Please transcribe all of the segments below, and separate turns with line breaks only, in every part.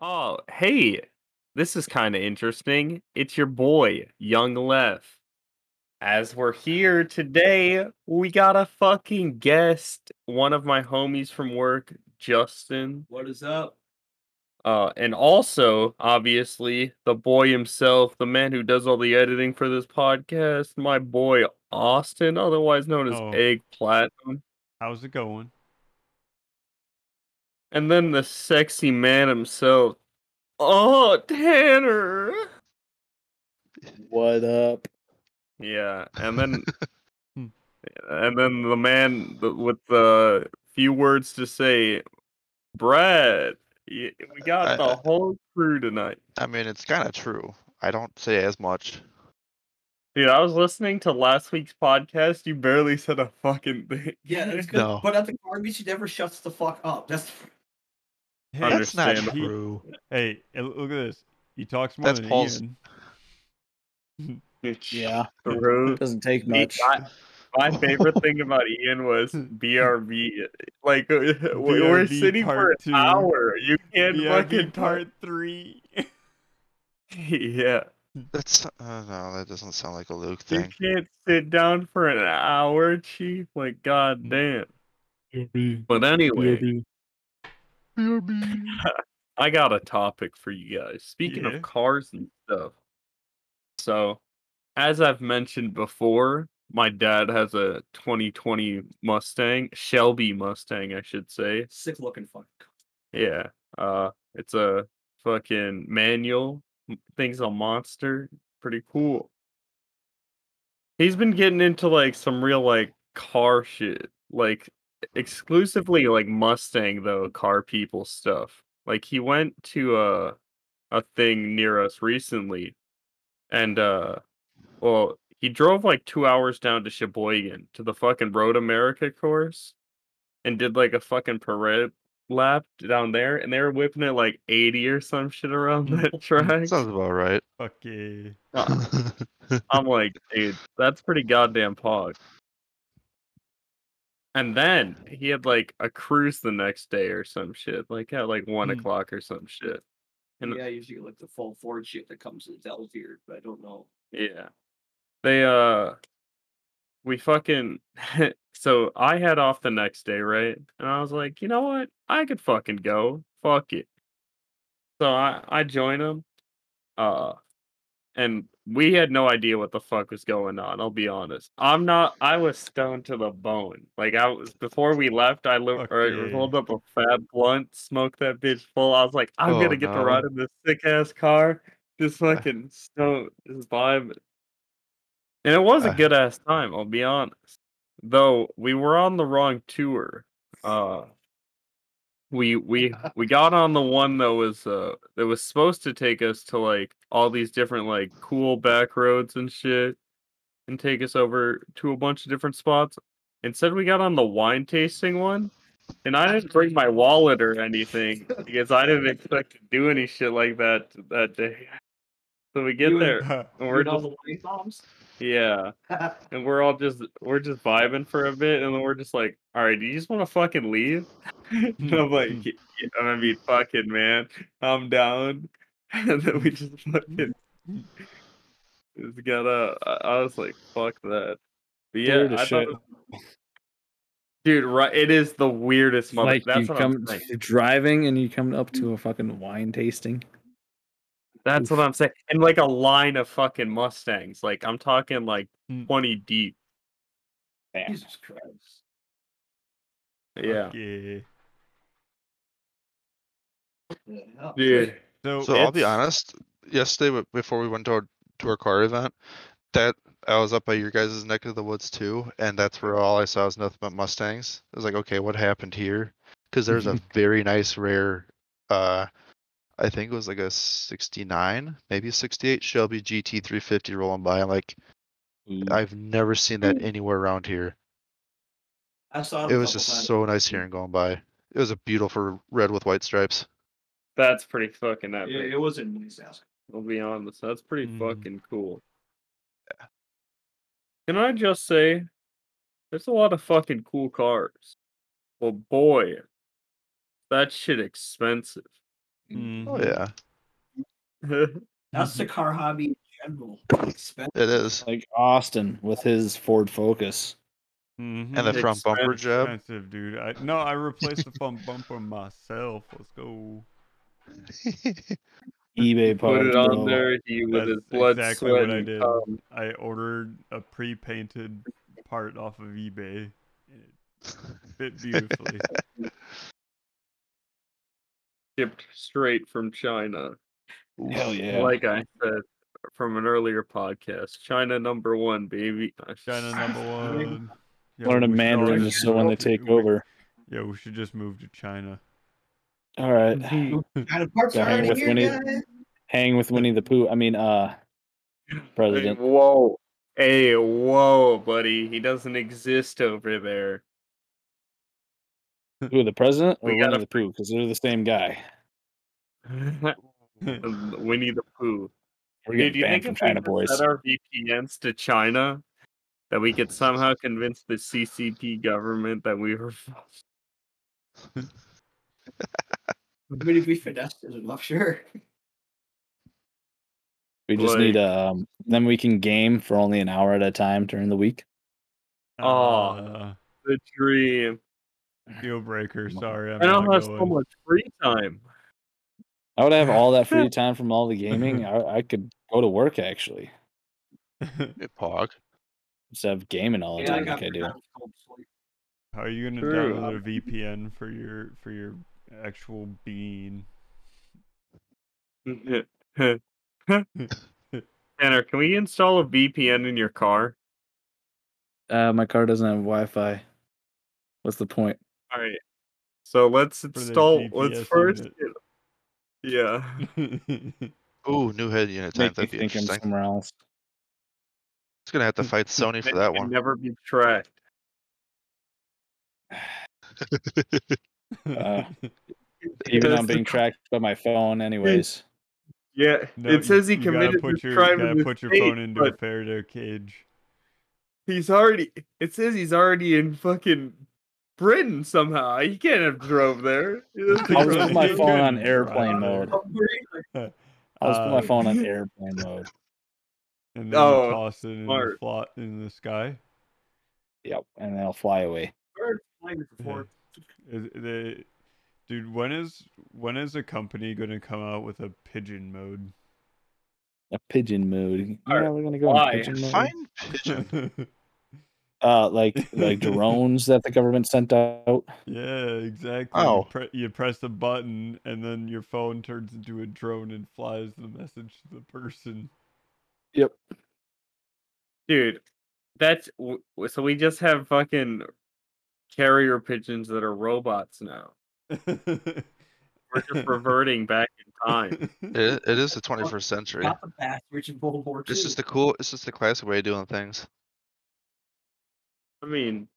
Oh, hey, this is kind of interesting. It's your boy, Young Lef. As we're here today, we got a fucking guest, one of my homies from work, Justin.
What is up?
Uh, and also, obviously, the boy himself, the man who does all the editing for this podcast, my boy Austin, otherwise known as
Oh.
Egg Platinum.
How's it going?
And then the sexy man himself. Oh, Tanner.
What up?
Yeah, and then
Hmm.
and then the man th- with the few words to say, Brad. y- We got
I-
the
I-
whole crew tonight.
I mean, it's kind of true. I don't say as much.
Dude, I was listening to last week's podcast. You barely said a fucking thing.
Yeah, that's good.
No.
But at the garbage, she never shuts the fuck up. That's
Hey,
That's not
Understandable.
true.
hey, hey, look at this. He talks more
That's
than
Paul's-
Ian.
Yeah,
The road.
doesn't take
Me-
much.
I- My favorite thing about Ian was BRB. Like we- we're
BRB
sitting for an
part two.
hour. You can't
BRB
fucking
part three.
Yeah,
That's uh, no, that doesn't sound like a Luke
you
thing.
can't sit down for an hour, chief. Like god damn. But anyway, I got a topic for you guys. Speaking
Yeah.
of cars and stuff. So, as I've mentioned before, my dad has a 2020 Mustang, Shelby Mustang, I should say.
sick looking fuck.
Yeah. Uh it's a fucking manual. m- Thing's a monster. Pretty cool. He's been getting into like some real like car shit. Like exclusively like Mustang though, car people stuff. Like he went to a a thing near us recently and uh well he drove like two hours down to Sheboygan to the fucking Road America course and did like a fucking parade lap down there, and they were whipping it like 80 or some shit around that track.
Sounds about right.
Fuck yeah.
I'm like, dude, that's pretty goddamn pog. And then he had like a cruise the next day or some shit, like at like one
Hmm.
o'clock or some shit. And-
yeah, I usually get, like the full Ford shit that comes in Delvier, but I don't know.
Yeah. They uh we fucking so I head off the next day, right? And I was like, you know what? I could fucking go. Fuck it. So I I join them. Uh and we had no idea what the fuck was going on. I'll be honest. I'm not. I was stoned to the bone. Like I was before we left. I li-
Fuck
or
yeah.
rolled up a fat blunt, smoked that bitch full. I was like, I'm
Oh,
gonna get to
no. Uh.
ride in this sick ass car. This fucking stoned, this vibe. And it was a
Uh.
good ass time. I'll be honest. Though we were on the wrong tour. Uh, we we we got on the one that was uh that was supposed to take us to like all these different like cool back roads and shit and take us over to a bunch of different spots instead we got on the wine tasting one and i didn't bring my wallet or anything because i didn't expect to do any shit like that that day so we get
You and-
there and we're
You know
just
the white bombs?
yeah and we're all just we're just vibing for a bit, and then we're just like, "All right, do you just want to fucking leave?" and I'm like, "Yeah, "I mean, fucking man, I'm down." and then we just fucking just got a. I I was like, "Fuck that." But yeah,
Weird as
I thought
shit.
it- dude, right? It is the weirdest. Mother-
like
that's
you
what
come
I'm saying.
you're driving and you come up to a fucking wine tasting.
That's what I'm saying. And like a line of fucking Mustangs. Like I'm talking like
Mm.
20 deep.
Jesus Christ.
Yeah.
Fuck yeah.
Yeah, yeah.
Dude.
So,
so I'll be
it's-
honest. Yesterday, w- before we went to our, to our car event, that I was up by your guys' neck of the woods too, and that's where all I saw was nothing but Mustangs. I was like, okay, what happened here? Because there's a very nice rare, uh, I think it was like a '69, maybe a '68 Shelby GT350 rolling by. I'm like, I've never seen that anywhere around here.
I saw
It was just so nice hearing going by. It was a beautiful red with white stripes.
That's pretty fucking epic.
It, it was a nice ass.
I'll be honest. That's pretty
Mhm.
fucking cool. Can I just say, there's a lot of fucking cool cars. Well, boy, that shit expensive.
Mm.
Oh yeah,
That's
Mhm.
the car hobby in general. Expensive.
it is.
Like Austin with his Ford Focus.
And the
Mhm.
front bumper
Expense-
job.
expensive, dude. I, no, I replaced the front bumper myself. Let's go.
eBay
Put
parts,
it on
bro.
there. He with his
That's
blood,
exactly
sweat,
what I
and
did.
cum.
I ordered a pre-painted part off of eBay, and it fit beautifully.
shipped straight from China.
Hell yeah.
Like I said from an earlier podcast, China number one, baby.
Uh, China number one. Yeah,
Learn a
we should
Mandarin
all-
just so when they take over.
Yeah, we should just move to China.
All right.
Kind of parts
Yeah,
are already
with
here,
Winnie-
guys.
Hang with Winnie the Pooh. I mean, uh,
Hey,
President.
whoa. Hey, whoa, buddy. He doesn't exist over there.
Who, the president or
We
Winnie
gotta-
the Pooh? Because they're the same guy.
Winnie the Pooh.
We're
Dude,
getting
do you
banned
think
from
if
China,
we
boys.
set our VPNs to China, that we could somehow convince the CCP government that we were false?
I mean, if we finessed it enough, sure.
We just
Like-
need um. Then we can game for only an hour at a time during the week.
Oh. Aw.
Uh,
the dream?
deal breaker.
Come on.
Sorry, I'm
I don't
not
have so
going.
much free time.
I would have all that free time from all the gaming. I, I could go to work actually.
Hey, Pog.
Just have gaming all the
Yeah, I
time
got
like I do.
forgot it's called sleep.
How are you gonna
True.
download a VPN for your for your actual being?
Tanner, can we install a VPN in your car?
Uh, my car doesn't have Wi-Fi. What's the point?
All right. So let's
the
install. Let's
GPS
first.
unit.
get- Yeah.
Uh,
Ooh, new head unit type.
Make
That'd be
me think I'm
interesting.
somewhere else.
It's gonna have to fight Sony for that
can
one.
Never be tracked.
Uh, Even
Because
though I'm
the
being
co-
tracked by my phone, anyways.
Yeah.
No, you-
it says he
you gotta
committed
put
this
your,
crime
You
in
gotta
this
put your
state,
phone into a
but
Faraday cage.
he's already. It says he's already in fucking Britain somehow. He can't have drove there.
I was put my
Good
phone on
God.
airplane mode.
Oh,
I was put
Uh,
my phone on airplane mode.
And then
Oh,
toss it in the,
smart.
flot in the sky.
Yep, and they'll fly away.
Bird flying
Mm-hmm.
before.
Is- they- dude, when is when is a company gonna come out with a pigeon mode?
A pigeon mode.
Alright,
Yeah, we're gonna go
why?
in pigeon mode.
Find pigeon.
Uh, like like drones that the government sent out.
yeah, exactly.
Oh.
You, pre- you press a button, and then your phone turns into a drone and flies the message to the person.
Yep.
Dude, that's w- w- so we just have fucking carrier pigeons that are robots now. We're just reverting back in time.
It, it is the 21st century.
Not the back, which in World War II.
It's just the cool. It's just the classic way of doing things.
I mean,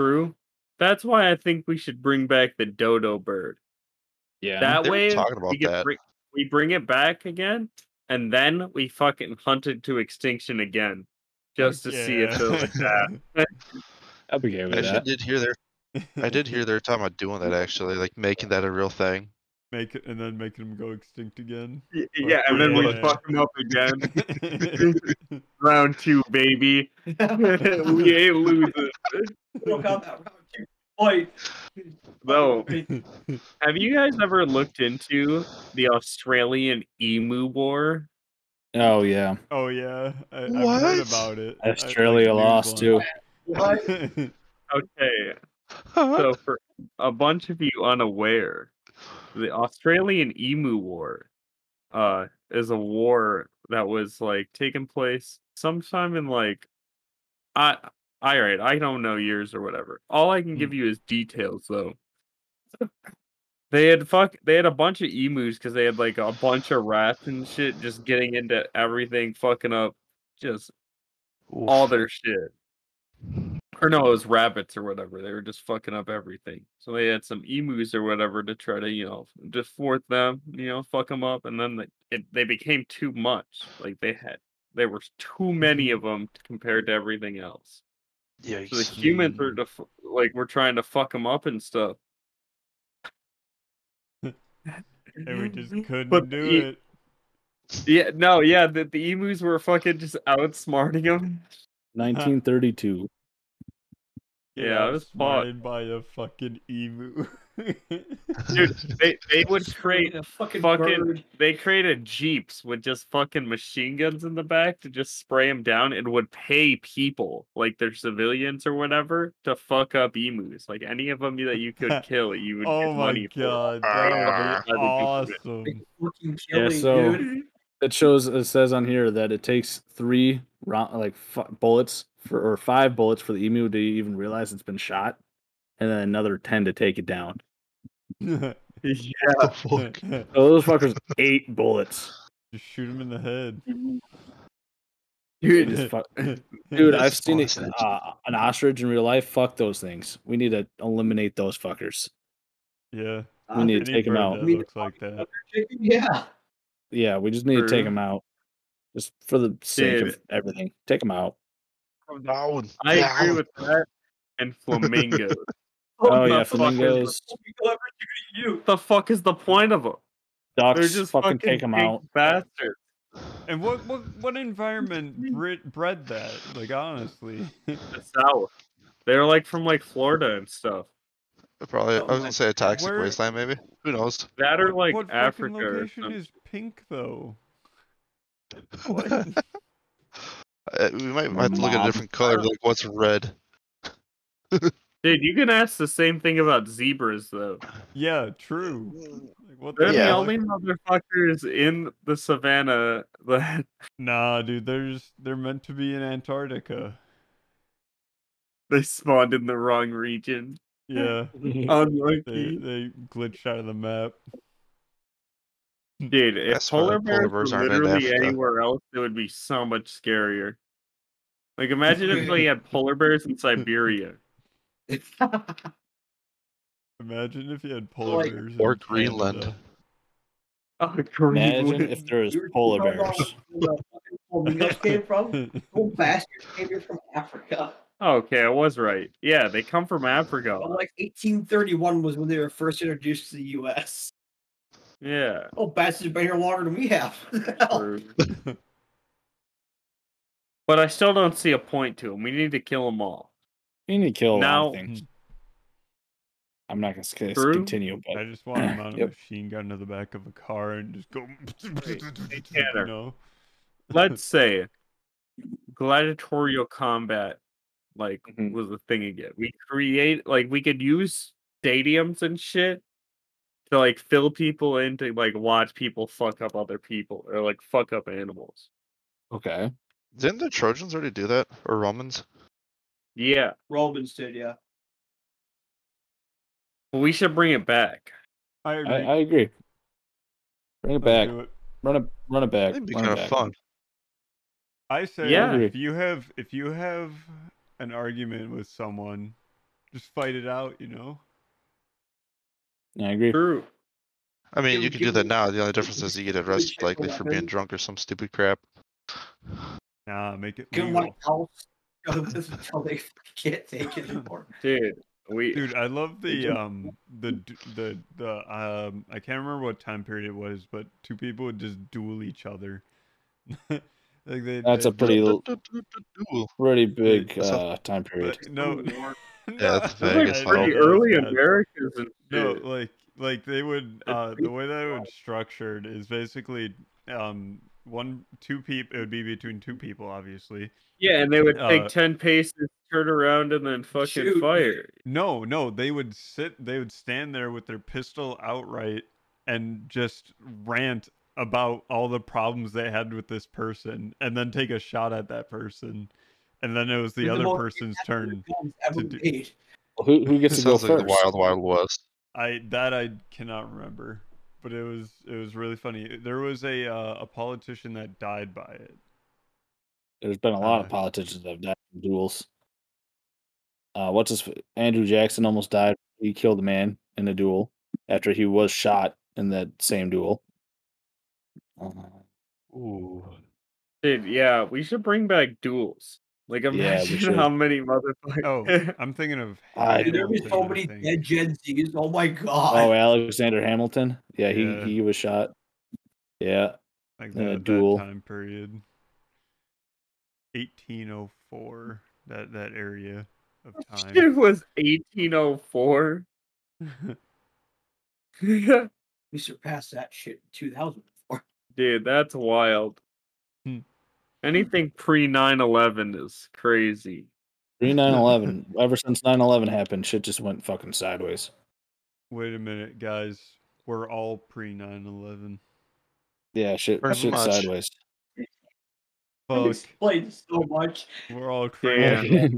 true. That's why I think we should bring back the dodo bird.
Yeah.
That
They were
way,
talking about
we, get
that.
bring- we bring it back again, and then we fucking hunt it to extinction again, just to see if it was that.
I'd be okay with
I
that.
did hear their. I did hear their talking about doing that actually, like making that a real thing.
Make it and then making them go extinct again.
Y- Yeah, and then we
Yeah.
fuck them up again. Round two, baby. we ain't losing.
Look out that route, too. Boy.
No.
Boy.
Have you guys ever looked into the Australian emu war?
Oh yeah.
oh yeah, I, I've heard
What?
about it. I- like,
Australia
news
lost too.
on
What?
it.
Okay, so for a bunch of you unaware, the Australian Emu War uh, is a war that was like taking place sometime in like I all right, I don't know years or whatever. All I can give you is details though. They had fuck they had a bunch of emus because they had like a bunch of rats and shit just getting into everything, fucking up just all their shit. Or no, it was rabbits or whatever. They were just fucking up everything. So they had some emus or whatever to try to, you know, just thwart them, you know, fuck them up. And then they, it, they became too much. Like they had, there were too many of them compared to everything else. So the
Yikes.
humans are def- like, we're trying to fuck them up and stuff.
and we just couldn't
But
do
you-
it.
Yeah, no, yeah, the, the emus were fucking just outsmarting them.
1932.
Yeah, it was fun.
outsmarted by a fucking emu.
Dude, they, they would create
A fucking,
fucking-
bird.
they created jeeps with just fucking machine guns in the back to just spray them down and would pay people like their civilians or whatever to fuck up emus like any of them that you could kill you would
oh
get
my
money
god,
I
that
think
would be
it's
awesome.
Fucking
Yeah,
killing,
so-
dude.
It shows it says on here that it takes three round like f- bullets for or five bullets for the emu to even realize it's been shot, and then another ten to take it down.
for it. yeah
the fuck?
just
So those fuckers eight bullets.
shoot him in the head.
Dude, just fuck- dude, I've
That's
seen it,
awesome.
uh, an ostrich in real life. Fuck those things. We need to eliminate those fuckers.
yeah,
We need to
any
take 'em
bird
out.
That looks like that.
Uh, Yeah.
Yeah, we just need to take
True.
them out, just for the sake
Dude.
of everything. Take them out.
Down,
i agree
down.
with that and flamingos
Oh, yeah,
the fuck is the
flamingos.
Whoever you you.
the fuck is the point of them
Ducks,
they're just
fucking, take them
big
out.
bastards
And what what what environment bred, bred that? Like honestly,
the south they're like from like florida and stuff
Probably, I
Oh
was
my
gonna say a toxic
Where-
wasteland, maybe. Who knows?
that are like
what fucking
africa or
location
something.
is pink though? What?
Uh, we might might have to look at a
Mom.
different color. Like, what's red?
dude you can ask the same thing about zebras though
yeah, true. Like, what
They're the
Yeah.
hell?
only motherfuckers in the savannah that
Nah, dude, they're just, they're meant to be in Antarctica.
they spawned in the wrong region.
Yeah, they
Unlucky.
they glitched out of the map.
Dude, if
That's why
polar
the polar
bears were
bears aren't in
literally
Africa.
anywhere else, it would be so much scarier. Like, imagine if we had polar bears in Siberia.
Imagine if you had polar
Like-
bears
Or
in
Greenland.
Canada.
Oh,
Imagine if there was
You were-
polar
you know
bears.
uh, where the fucking Flamingos came from? Old bastards came here from Africa.
okay, I was right. Yeah, they come from Africa.
Well, like 1831 was when they were first introduced to the U.S.
Yeah.
Oh, bastards have been here longer than we have.
Oh.
true. but I still don't see a point to them. We need to kill them all.
You need to kill a lot
Now-
of things. I'm not gonna say
True.
continue,
I
but
just want to mount a
Yep.
machine gun to the back of a car and just go.
Tanner.
you know?
Let's say gladiatorial combat like
Mm-hmm.
Mhm.
was the thing again. We create like we could use stadiums and shit to like fill people in to like watch people fuck up other people or like fuck up animals.
okay.
Didn't the Trojans already do that, or Romans?
Yeah,
Romans did, yeah.
but we should bring it back.
I
I,
agree.
I agree. Bring
Let's
it back.
do it.
Run it. Run it back.
That'd be
run it
kind of
back.
fun.
I say
Yeah.
if you have if you have an argument with someone, just fight it out. You know.
I agree.
True.
I mean,
Give-
you could do
give
that
me-
now. The only difference is you get
give me
arrested
check
likely for being
weapon.
drunk or some stupid crap.
Nah, make it
Good
legal.
one else. Until they can't take it anymore.
Dude, we
Dude, I love the
Agent-
um the d- the the um I can't remember what time period it was, but two people would just duel each other. like they
That's a
they'd-
pretty l-
Duel.
pretty big
so-
uh, time period.
but no,
Yeah, that's
no,
Vegas,
I-
though.
pretty
Yeah,
early
that's bad.
Americans and
No,
shit.
like like they would uh
pretty
the way that it would structured is basically um one two people it would be between two people obviously.
yeah, and they would take
uh,
ten paces, turn around, and then fucking
Shoot.
fire.
No, no, they would sit they would stand there with their pistol outright and just rant about all the problems they had with this person and then take a shot at that person. And then it was the
They're the
other
most
person's turn.
Guns ever
to do-
made.
Who who gets to go
sounds like
first?
the Wild Wild West.
I that I cannot remember, but it was it was really funny. There was a uh, a politician that died by it.
There's been a lot of
Uh,
politicians that have died from duels. Uh, what's his f- Andrew Jackson almost died. He killed a man in a duel after he was shot in that same duel. Uh,
Ooh.
Dude, yeah, we should bring back duels. Like
we
imagine
should.
how many motherfuckers.
Oh, I'm thinking of.
I
Uh, Dude, there
Hamilton,
be so
I
many
think.
dead Gen Zs. Oh my god.
Oh, Alexander Hamilton. Yeah, he
Yeah.
he was shot. Yeah,
like
in
that,
a
that
Uh, duel.
time period. 1804. That that area of
Oh,
It
time.
was 1804. Dude,
We surpassed that shit in 2004.
that's wild.
Hmm.
Anything pre 9 11 is crazy.
pre 9/11. Ever since 9/11 happened, shit just went fucking sideways.
Wait a minute, guys. We're all pre 9/11.
Yeah, shit,
Pretty
shit
much.
sideways.
We
Fuck.
explained so much.
We're all
Yeah.
crazy.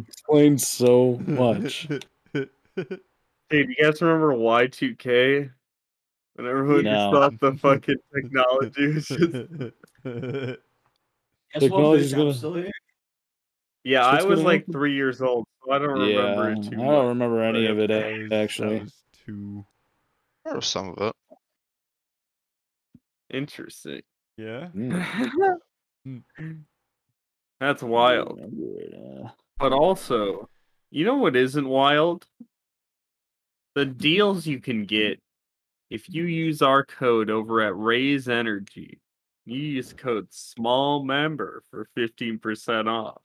Explains so much.
Hey, do you guys remember Y2K? When everyone
No.
just thought the fucking technology was just.
Guess
Technology's
what? Bitch,
gonna-
I'm still here.
Yeah,
So
I
it's
was
gonna
like
happen.
three years old, so I don't
yeah,
remember
I
it too
don't
much.
remember any of it
That
a-
was- that
actually.
was too.
Or some of it.
Interesting.
Yeah.
Mm. Hmm.
That's wild.
Remember it, uh,
But also, you know what isn't wild? The deals you can get if you use our code over at Raise Energy. You use code small member for 15% off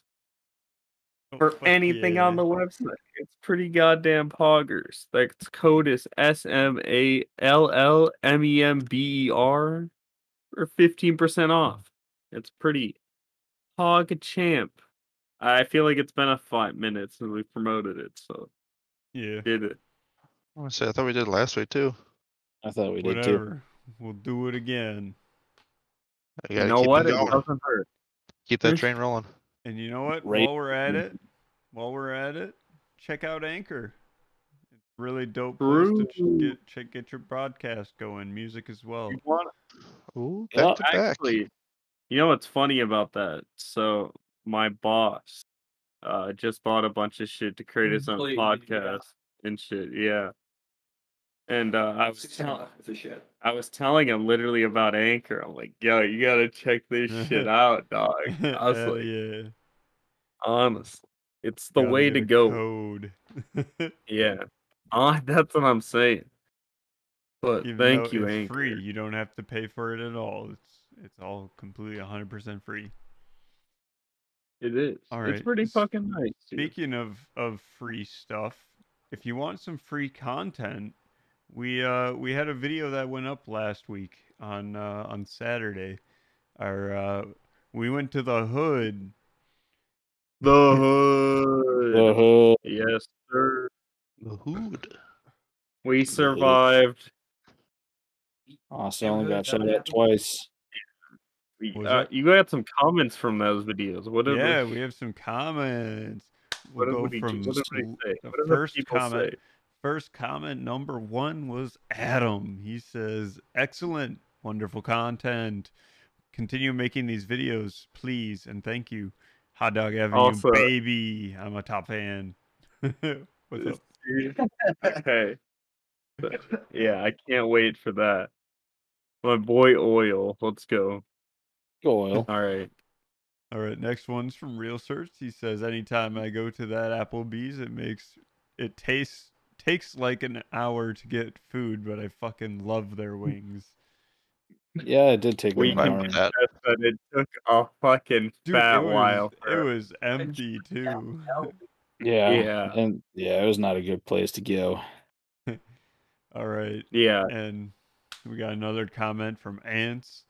Oh,
for
fuck
anything on
yeah.
the website. It's pretty goddamn poggers. That code is S M A L L M E M B E R for 15% off. It's pretty hog champ. I feel like it's been a five minutes since we promoted it, so
Yeah.
did it.
I wanna say I thought we did last week too.
I thought we did too.
Whatever. We'll do it again.
I
You
gotta
know
keep
what?
It
It
going.
doesn't hurt.
Keep that train rolling.
And you know what?
Right.
While we're at it,
Mm-hmm.
while we're at it, check out Anchor. It's really dope place
True.
to ch- get check, get your broadcast going, music as well.
You want-
Ooh, back
Yeah,
to back.
Actually, you know what's funny about that? So my boss uh just bought a bunch of shit to create his own
Completely, yeah.
podcast and shit. Yeah. And uh, I was
Six
tell-
o'clock, it's a shit.
I was telling him literally about Anchor. I'm like, yo, you gotta check this shit out, dog. I was
Hell
like,
yeah.
honestly, it's the
Gotta
way
get
to
a
go.
Code.
Yeah. Uh, that's what I'm saying. But
Even
thank
though
you,
it's
Anchor.
free. You don't have to pay for it at all. It's it's all completely 100% free.
It is.
All
It's
right,
pretty
s-
fucking nice. dude.
Speaking of of free stuff, if you want some free content, we uh we had a video that went up last week on uh, on Saturday. Our uh, we went to the hood.
The hood.
The whole
Yes, sir.
The hood.
We survived.
Austin
Yeah,
only
who
got
done
shot
that?
at twice.
We-
Was
Uh,
it?
you got some comments from those videos. What did
Yeah,
we,
we have some comments.
what
We'll
did
go
we do?
from
What did we
sl-
say?
the
What did the
first
people
comment.
say?
First comment number one was Adam. He says, "Excellent, wonderful content. Continue making these videos, please, and thank you, Hot Dog Avenue,
Also-
baby. I'm a top fan." What's up?
okay. But, yeah, I can't wait for that. My boy Oil. Let's go.
Oil.
All right.
All right, next one's from Real Search. He says, "Anytime I go to that Applebee's, it makes it tastes takes like an hour to get food, but I fucking love their wings."
Yeah, it did take
We
a
I
can-
long
remember
time.
that.
That's that it took a fucking
Dude,
fat
it was,
while.
It
for-
was empty too.
Yeah.
Yeah.
And yeah, it was not a good place to go.
All right.
Yeah.
And we got another comment from Ants.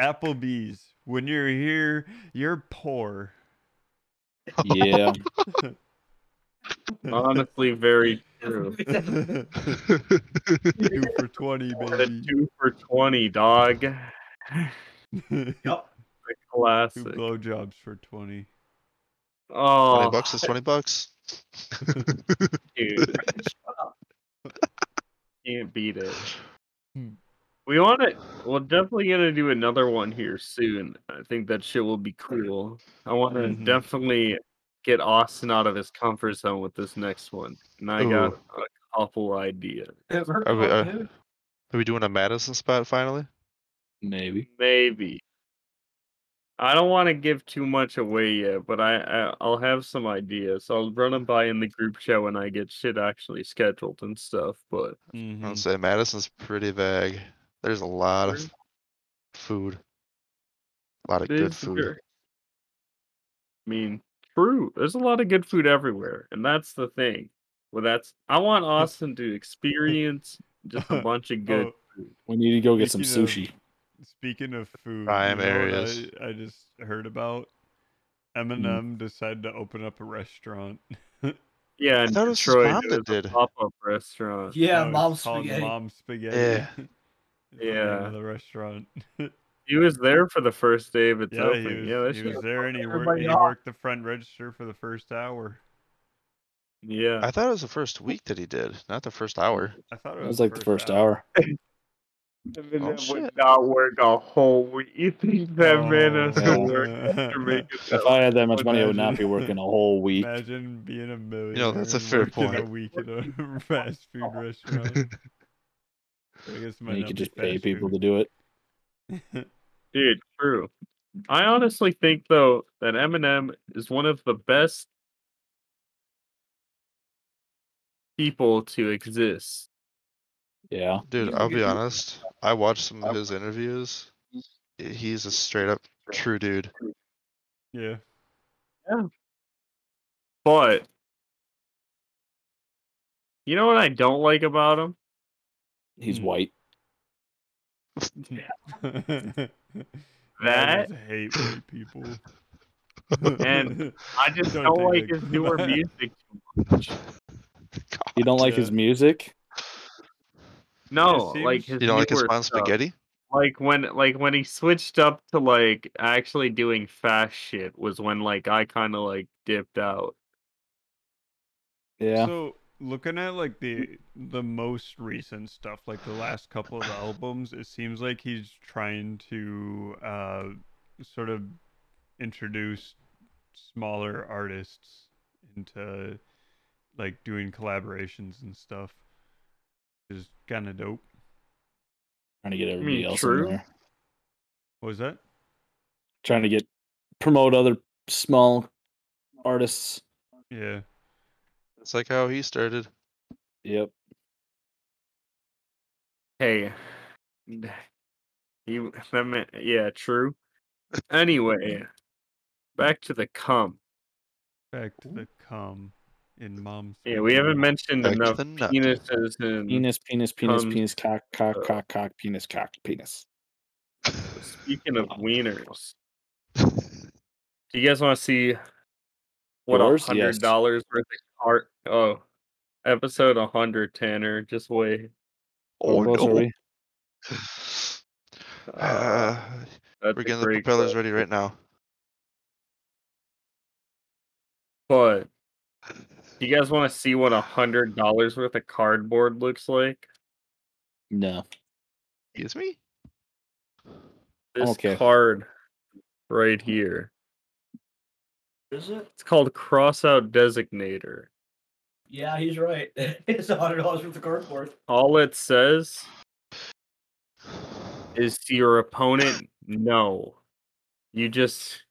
Applebee's, when you're here, you're poor.
Yeah.
Honestly, very true.
Two for 20,
The
baby.
two for 20, dog.
Two
Yep.
Classic.
blowjobs for 20.
Twenty
Oh,
bucks is twenty bucks.
dude. Can't beat it.
Hmm.
We want to. We're definitely gonna do another one here soon. I think that shit will be cool. I want to
Mhm.
definitely get Austin out of his comfort zone with this next one, and I got
Ooh.
a couple ideas.
Ever
Are we-
caught,
uh,
dude?
Are we doing a Madison spot finally?
Maybe.
Maybe I don't want to give too much away yet, but I, I I'll have some ideas. I'll run them by in the group chat when I get shit actually scheduled and stuff. But
I'll say Madison's pretty vague. There's a lot of
Sure.
food. A lot of good
Is
food.
there- I mean, true. There's a lot of good food everywhere, and that's the thing. Well, that's I want Austin to experience just a bunch of good.
Oh,
We need to go get some
Speaking of-
sushi.
speaking of food,
Prime
you know what
areas. Mm.
I, I just heard about Eminem decided to open up a restaurant.
Yeah,
I
in
thought it was his
Detroit,
mom
it
that
was a
did.
pop-up restaurant.
Now Oh,
Yeah,
it's
mom's
called
spaghetti.
Mom spaghetti.
Yeah.
It's the name
Yeah.
of the restaurant.
He was there for the first day of its
Yeah, he
opening.
was,
yeah, that
he
shit-
was there, and he worked.
everybody
He
off.
worked the front register for the first hour.
yeah.
I thought it was the first week that he did, not the first hour.
I thought it
That
was,
was like the first hour.
And then
Oh,
that would
shit.
not work a whole week. You think that man
Oh,
has to
yeah.
work to make it that
If I had that much
Would
money, I would not be
imagine.
working a whole week.
Imagine being a millionaire.
that's a
and
fair
working A
point.
week at a fast food restaurant. I guess it might
And you
not
could
be
just pay
fast
people to
food.
do it.
Dude, true. I honestly think though that Eminem is one of the best people to exist.
Yeah.
Dude, I'll be honest. I watched some of his interviews. He's a straight up true dude.
yeah.
But you know what I don't like about him?
He's
Hmm.
white.
I
That
just hate white people.
And I just
Don't
don't,
take
like his
it.
newer music.
You don't like
Yeah.
his music?
No,
It
like
seems-
his
You don't like his
newer
spawn
stuff.
spaghetti?
like when like when he switched up to like actually doing fast shit was when like I kind of like dipped out.
Yeah.
So looking at like the the most recent stuff, like the last couple of albums, it seems like he's trying to uh, sort of introduce smaller artists into like doing collaborations and stuff. Which is kind of dope.
Trying to get everybody
mean,
else
true.
in there.
What was that?
Trying to get promote other small artists.
Yeah.
It's like how he started.
Yep.
Hey, you that man, yeah, true. Anyway, back to the cum.
Back to the cum in mom's.
Yeah, we haven't mentioned
Back to
enough
the nut.
penises and
Penis, penis, penis,
Mm-hmm. Um,
penis, cock, cock,
uh,
cock, cock, penis, cock, penis.
speaking
uh,
of wieners. Do you guys want to see what a
Yours?
hundred
Yes.
dollars worth of art? Oh, episode one hundred Tanner. Just wait.
oh
What else are
no.
we?
Uh,
Uh,
that's
we're
a
getting the
great
propellers
clip.
ready right now.
But do you guys want to see what a hundred dollars worth of cardboard looks like?
No.
Excuse me?
This
Okay.
card right here.
Is it?
It's called crossout designator.
Yeah, he's right. it's a hundred dollars worth of cardboard.
All it says is to your opponent, no. You just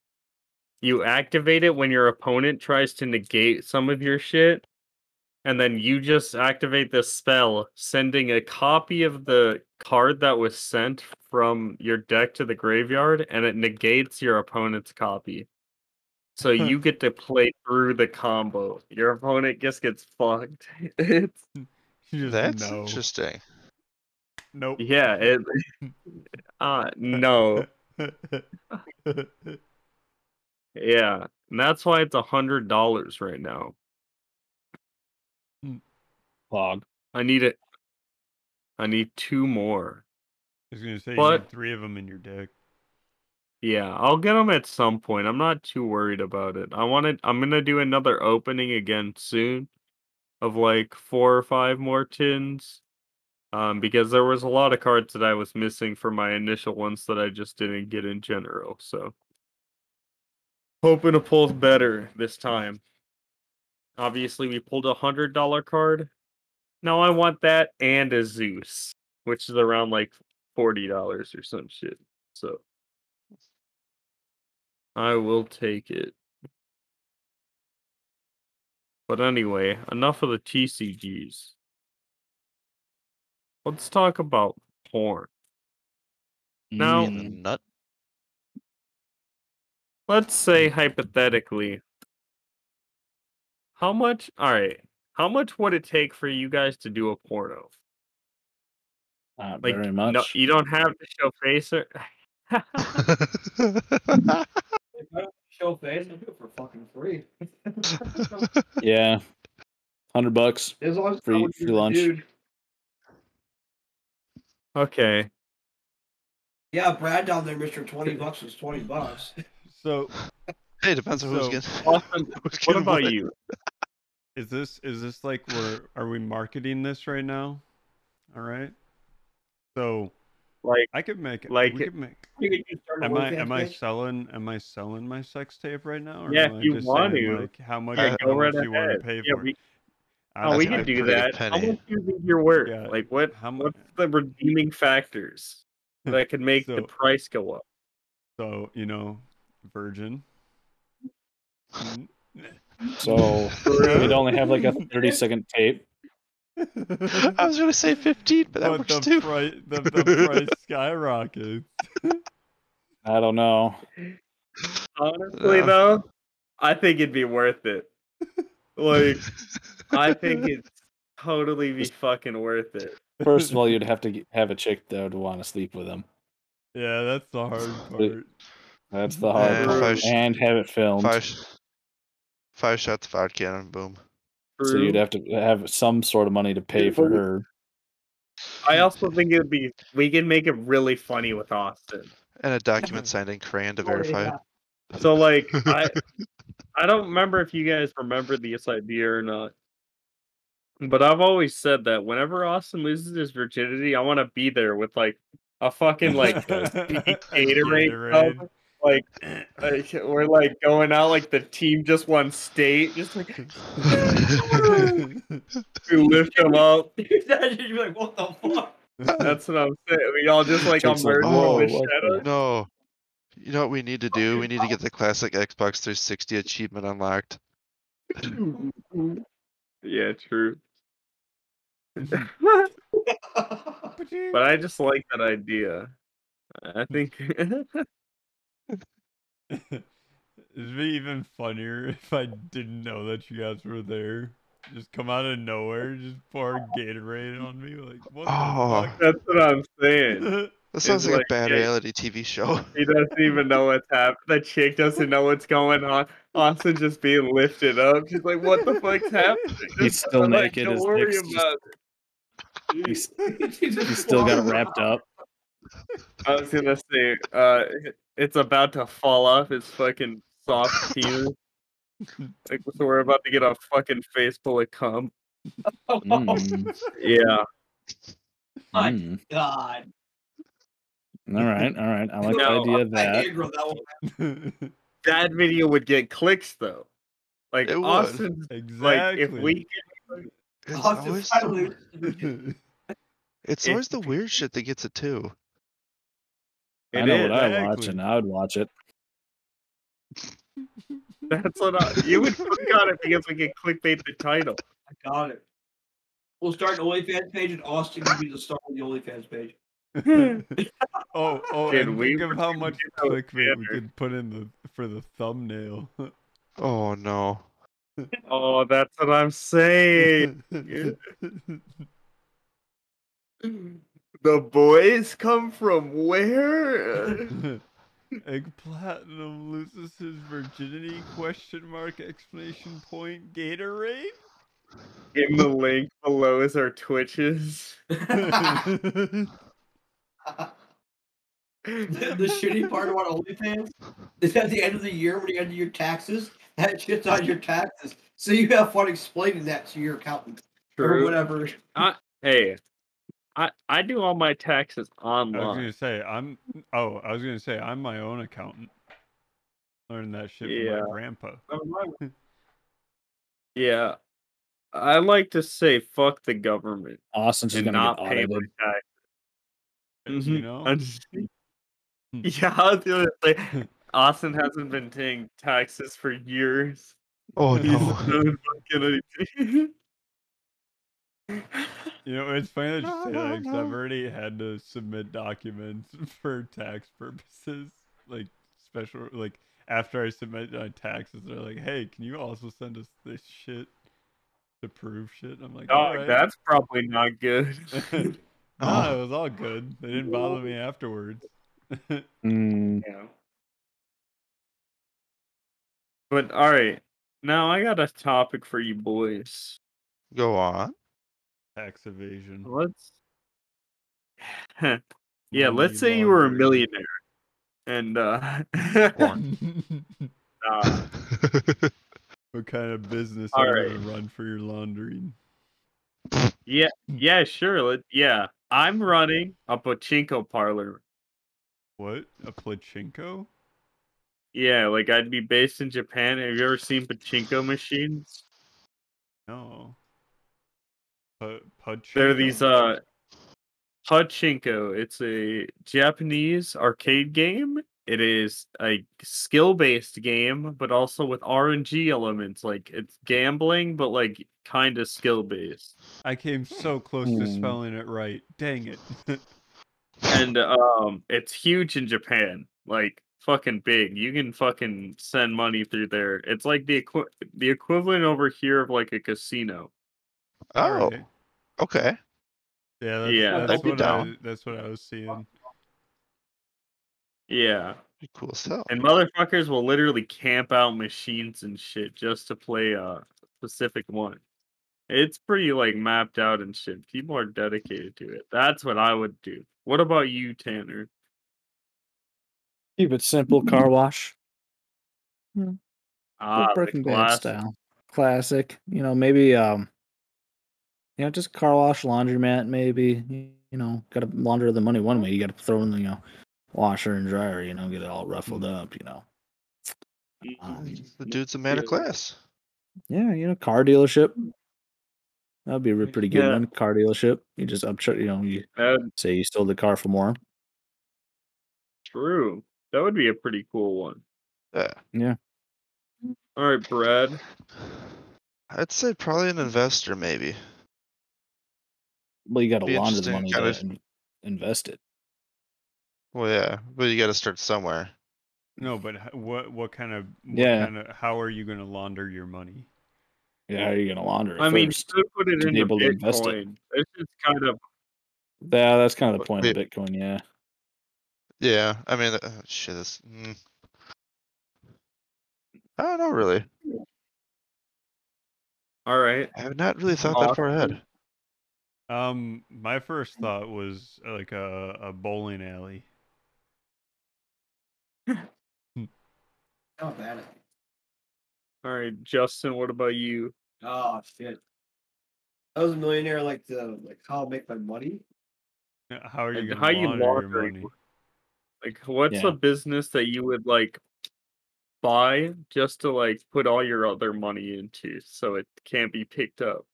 you activate it when your opponent tries to negate some of your shit. And then you just activate this spell, sending a copy of the card that was sent from your deck to the graveyard, and it negates your opponent's copy. So
Huh.
you get to play through the combo. Your opponent just gets fucked. it's
You just
That's
no.
interesting.
Nope.
Yeah, it. Uh, no. Yeah, and that's why it's a hundred dollars right now.
Log.
I need it. I need two more.
I was gonna say you
But-
need three of them in your deck.
Yeah, I'll get them at some point. I'm not too worried about it. I want to. I'm gonna do another opening again soon, of like four or five more tins, um, because there was a lot of cards that I was missing for my initial ones that I just didn't get in general. So, hoping to pull better this time. Obviously, we pulled a hundred dollar card. Now I want that and a Zeus, which is around like forty dollars or some shit. So. I will take it. But anyway, enough of the TCGs. Let's talk about porn. Now-
You mean
Mm-hmm.
the nut.
Let's say hypothetically, how much? All right, how much would it take for you guys to do a porno?
Not
Like,
very
No,
much.
you don't have to show face or.
If I don't show face, I'll do it for fucking free.
yeah, hundred bucks.
As long as I
Free-
would be
free
the
lunch.
Dude.
okay,
Yeah, Brad down there, Mister Twenty Bucks was twenty bucks.
So
hey, depends on who's
So,
getting.
Austin,
who's
what
getting
about you?
is this is this like we're are we marketing this right now? All right. So
Like,
I could make
Like
we
it-
could make
You could just start an
Am I
OnlyFans
am I
page.
selling am I selling my sex tape right now?
Yeah,
am
if
I
you
just
want
saying,
to,
like, how much,
yeah,
how
go
much
right
you want to
ahead.
pay
Yeah,
for?
we-
it?
Oh,
Honestly,
we can
That's a
I'd
do
pretty
that.
good
How
penny.
much do you think you're worth?
Yeah.
Like, what?
How much?
What's the redeeming factors that could make the
So-
price go up?
So you know, virgin. Hmm?
So you'd only have like a thirty second tape.
Uh,
I was gonna say 15, but that
But
works
the,
too.
pri- the, the price skyrockets.
I don't know.
Honestly,
Yeah.
though, I think it'd be worth it. Like, I think it'd totally be fucking worth it.
First of all, you'd have to g- have a chick that would want to sleep with him.
Yeah, that's the hard
But-
part.
That's the hard
Yeah,
part.
five sh-
and have it filmed.
five, sh- five shots of vodka and boom.
So you'd
True.
have to have some sort of money to pay for her.
I also think it'd be. We can make it really funny with Austin.
And a document signed in crayon to
Oh, yeah.
verify. it.
So, like, I, I don't remember if you guys remember this idea or not. But I've always said that whenever Austin loses his virginity, I want to be there with like a fucking like Gatorade,
Gatorade.
cup, like Like, we're like going out like the team just won state. Just like we lift them up.
Dude, that should be like, what the fuck?
That's what I'm saying. We all just like
Jake's like, "Oh,
emerge
"Whoa,
from the
what
shadow.
no. You know what we need to do? We need to get the classic Xbox 360 achievement unlocked.
Yeah, true. But
But
I just like that idea. I think
It'd be even funnier if I didn't know that you guys were there. Just come out of nowhere, just pour Gatorade on me. Like, what the
Oh,
that's what I'm saying.
fuck?
that sounds
It's
like,
like,
a bad
yeah.
reality TV show.
He doesn't even know what's happening. The chick doesn't know what's going on. Austin just being lifted up. She's like, "What the fuck's happening?"
He's still
I'm
naked,
Don't
his
worry
dick's just-
about it.
He's,
She just
he's still got it
walked
wrapped up.
I was gonna say, uh, it's about to fall off his fucking soft penis. Like, so we're about to get a fucking face full of cum.
out.
Oh
Mm,
Yeah.
My
mm.
God.
All right, all right. I like
No,
the idea of
I
that.
aggro that one.
That video would get clicks though. Like
It would.
Austin's
exactly.
like if we
It's
I'll just
always,
finally-
the, it's
if-
always the weird shit that gets it too.
could,
I
it
know
is.
what I
exactly.
watch, and I would watch it.
That's what I, you would click on it because we can clickbait the title.
I got it. We'll start an OnlyFans page, and Austin can be the star of the OnlyFans page.
oh, oh,
Dude,
and
we
think
were
of how
gonna
much
get out
clickbait we
together.
could put in the for the thumbnail.
Oh no.
Oh, that's what I'm saying. The boys come from where?
Egg Platinum loses his virginity? Question mark explanation point Gatorade.
In the link below is our Twitches.
the, the shitty part about OnlyFans is at the end of the year, when you end your taxes, that shit's on your taxes. So you have fun explaining that to your accountant or whatever.
Hey, I I do all my taxes
I was
online.
gonna say I'm. Oh, I was gonna say I'm my own accountant. Learned that shit
Yeah.
from Oh, my grandpa.
Yeah, I like to say fuck the government
Austin's just
and
gonna
not
get
pay
audited.
my taxes. Mm-hmm.
You know?
I'm just- yeah, I was gonna say Austin hasn't been paying taxes for years.
Oh
He's so
no.
fucking-
You know, it's funny that you say that 'cause I've
No.
already had to submit documents for tax purposes, like special, like after I submit my taxes, they're like, "Hey, can you also send us this shit to prove shit?" I'm like,
Dog,
"Alright."
that's probably not good.
no,
Oh.
it was all good. They didn't bother me afterwards.
Mm,
Yeah.
But all right, now I got a topic for you boys.
Go on.
tax evasion.
Let's. yeah,
Money
let's say you were a
laundering.
millionaire, and uh,
Oh,
nah,
what kind of business
All
are you
right.
gonna run for your laundering?
yeah, sure, let, yeah, I'm running a pachinko parlor.
What a plachinko?
Yeah, like I'd be based in Japan. Have you ever seen pachinko machines?
No. Pu- Pachinko.
They're these uh Pachinko. It's a Japanese arcade game. It is a skill-based game, but also with RNG elements. Like it's gambling, but like kind of skill-based.
I came so close to
Hmm.
spelling it right. Dang it.
And um it's huge in Japan. Like fucking big. You can fucking send money through there. It's like the equi- the equivalent over here of like a casino.
Oh,
Alright.
okay.
Yeah, that's,
Yeah.
that's
I'd be
what I,
down.
that's what I was seeing.
Yeah.
Pretty Cool as hell.
And motherfuckers will literally camp out machines and shit just to play a specific one. It's pretty like mapped out and shit. People are dedicated to it. That's what I would do. What about you, Tanner?
keep it simple. Car wash.
Mm-hmm. Ah, the
Breaking Bad
glass.
style, classic. You know, maybe um, you know, just car wash, laundromat, maybe. y- You know, got to launder the money one way. You got to throw in the you know, washer and dryer. You know, get it all ruffled
Mm-hmm.
up. You know,
E.
um,
Uh, The dude's a man of
Yeah.
class.
yeah, you know, car dealership. That'd be a re- pretty good
Yeah.
one. Car dealership. You just upcharge. You know, you
That's
say you sold the car for more.
true. That would be a pretty cool one.
Yeah.
All right, Brad.
I'd say probably an investor, maybe.
Well, you got to
Be
launder the
interesting,
money
kinda
to in- invest it.
Well, yeah, but you got to start somewhere.
No, but h- what what kind of what
Yeah.
kind of how are you going to launder your money?
Yeah, how are you gonna launder it?
I mean,
first?
should put it
to be
into
able to invest it.
Bitcoin. This is kind of
yeah, that's kind of the
Wait,
point of Bitcoin. Yeah.
Yeah, I mean, uh, shit, that's. Mm. I don't know, really.
all right.
I have not really thought that far ahead.
Um, my first
Mm.
thought was uh, like a a bowling alley.
Not bad.
All right, Justin. What about you?
Oh shit. I was a millionaire. Like the like how I make my money.
Yeah, How are you
And
going
how
to
you
launder your
launder it.
money?
Like, what's
Yeah.
a business that you would like buy just to like put all your other money into so it can't be picked up?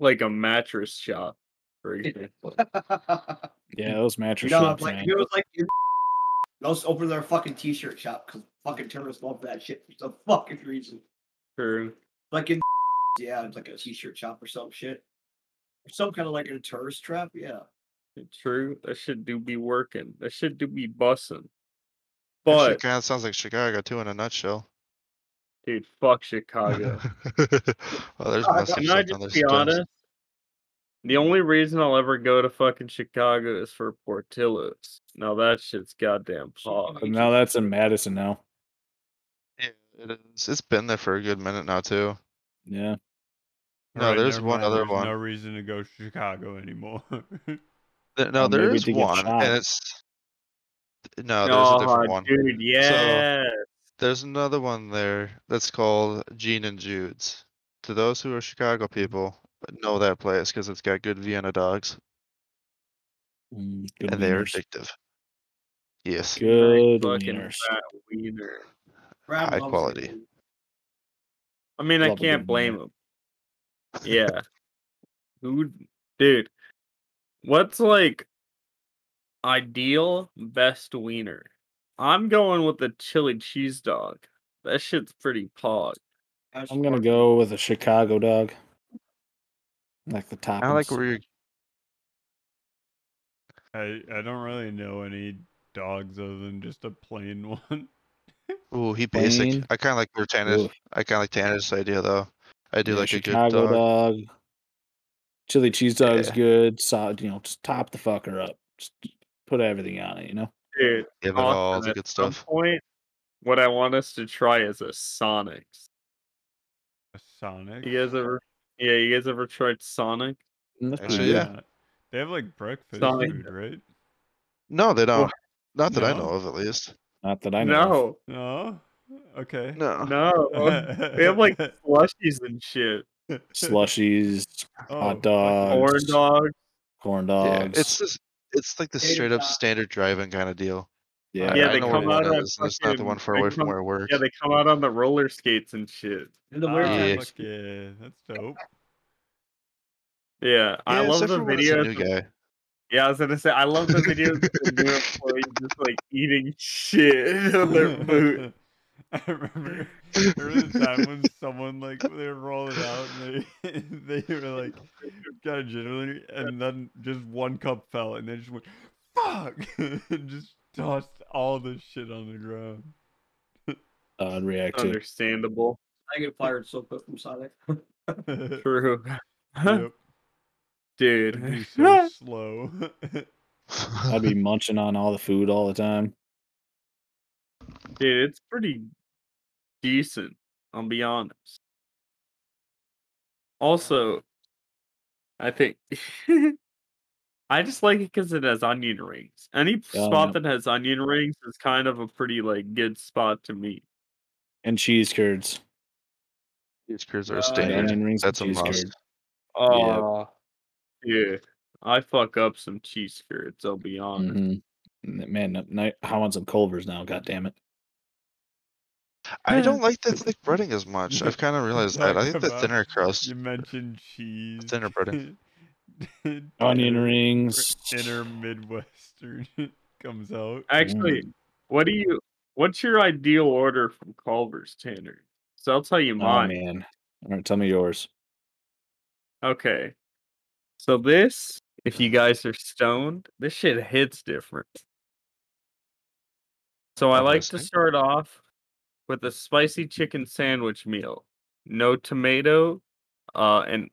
Like a mattress shop, for example.
Yeah, those mattress
You know, I'm
shops,
like,
man.
it was like, you let's open their fucking t-shirt shop because fucking terrorists love that shit for some fucking reason.
True.
Like in, yeah, it's like a t-shirt shop or some shit, or some kind of like a tourist trap. Yeah,
True. That should do be working. That should do be bussing.
Actually,
But
kind of sounds like Chicago too, in a nutshell.
dude, fuck
well,
Chicago.
there's
I-
messed up
Can I
stuff on
just
this
be
place.
honest? The only reason I'll ever go to fucking Chicago is for Portillo's. Now that shit's goddamn hot.
But now that's in Madison now.
Yeah, it is. It's been there for a good minute now too.
Yeah.
No,
Alright,
there's
never
one
mind,
other
there's
one.
No reason to go to Chicago anymore.
Th-
Well,
No, there
maybe
is
to get
one,
shot.
and it's no, there's a different
Oh,
one.
Dude, yeah.
There's another one there that's called Gene and Jude's. To those who are Chicago people, know that place because it's got good Vienna dogs,
Mm, Good
and they are
wieners.
addictive. Yes.
Very
Good
fucking
wieners.
fat wiener.
Brad
High
loves it,
quality.
dude.
I mean, I
Love a good
can't blame him. Yeah. Who, dude? What's like ideal best wiener? I'm going with the chili cheese dog. That shit's pretty pog.
That's
I'm gonna
hard.
go with a Chicago dog. Like the top.
I like where you're
I I don't really know any dogs other than just a plain one.
Ooh, he basic.
Plain.
I kind of like your Tanner's.
Oof.
I kind of like Tanner's idea though. I do
Yeah,
like a
Chicago
good dog.
Chili cheese dog's
Yeah.
good. Solid, you know, just top the fucker up. Just put everything on it, you know.
Dude,
Give it
Awesome,
all the
at
good
some
stuff.
point, what I want us to try is a Sonics.
A Sonic.
You guys ever? Yeah, you guys ever tried Sonic?
Actually, yeah.
They have like breakfast
Sonic.
food, right?
No, they don't. Not that I
No.
know of, at least.
Not that I know. of.
No,
No. Okay.
No.
no. they have like slushies and shit.
Slushies,
Oh,
hot dogs,
Corn dog.
corn
Yeah,
dogs.
it's just it's like the
Potato
straight up
dog.
standard driving kind of deal.
yeah.
I-
Yeah,
I
they
know where
come
one
out on
is, and It's not the
fucking-
one far
they
away
come-
from where I work.
Yeah, they come out on the roller skates and shit.
In the
Ah,
winter time,
Yeah.
fuck yeah, that's dope.
Yeah, I
Yeah,
love
except
the
for when it's a
videos.
new
of-
guy.
Yeah, I was gonna say I love the videos of the new employees just like eating shit on their boot.
I remember, remember the time when someone like they were rolling out and they they were like got a jittering and then just one cup fell and they just went fuck and just tossed all this shit on the ground.
Uh, react to.
Understandable.
I get fired so quick from Sonic.
True.
Yep, it'd be
Dude.
so slow.
I'd be munching on all the food all the time.
Dude, it's pretty decent, I'll be honest. Also, I think I just like it because it has onion rings. Any spot
yeah.
that has onion rings is kind of a pretty like good spot to meet.
And cheese curds.
These crews are
Uh,
And
standard.
onion rings
Oh,
and
That's a
cheese
must.
curds.
Oh, yeah. I fuck up some cheese curds, I'll be honest.
Mhm. N- Man, n- n- I want some Culver's now. God damn it.
I don't like the thick breading as much. I've kind of realized that. I
Talking
think the
about-
thinner crust.
you mentioned cheese.
Thinner breading. Oh,
Onion
Dinner-
rings.
Inner Midwestern comes out.
Mm-hmm.
Actually, what do you? What's your ideal order from Culver's, Tanner? So I'll tell you
Oh
mine.
man. All right, tell me yours.
okay, so this, if you guys are stoned, this shit hits different. So I
I'm
like to
listening.
start off with a spicy chicken sandwich meal, no tomato, uh, and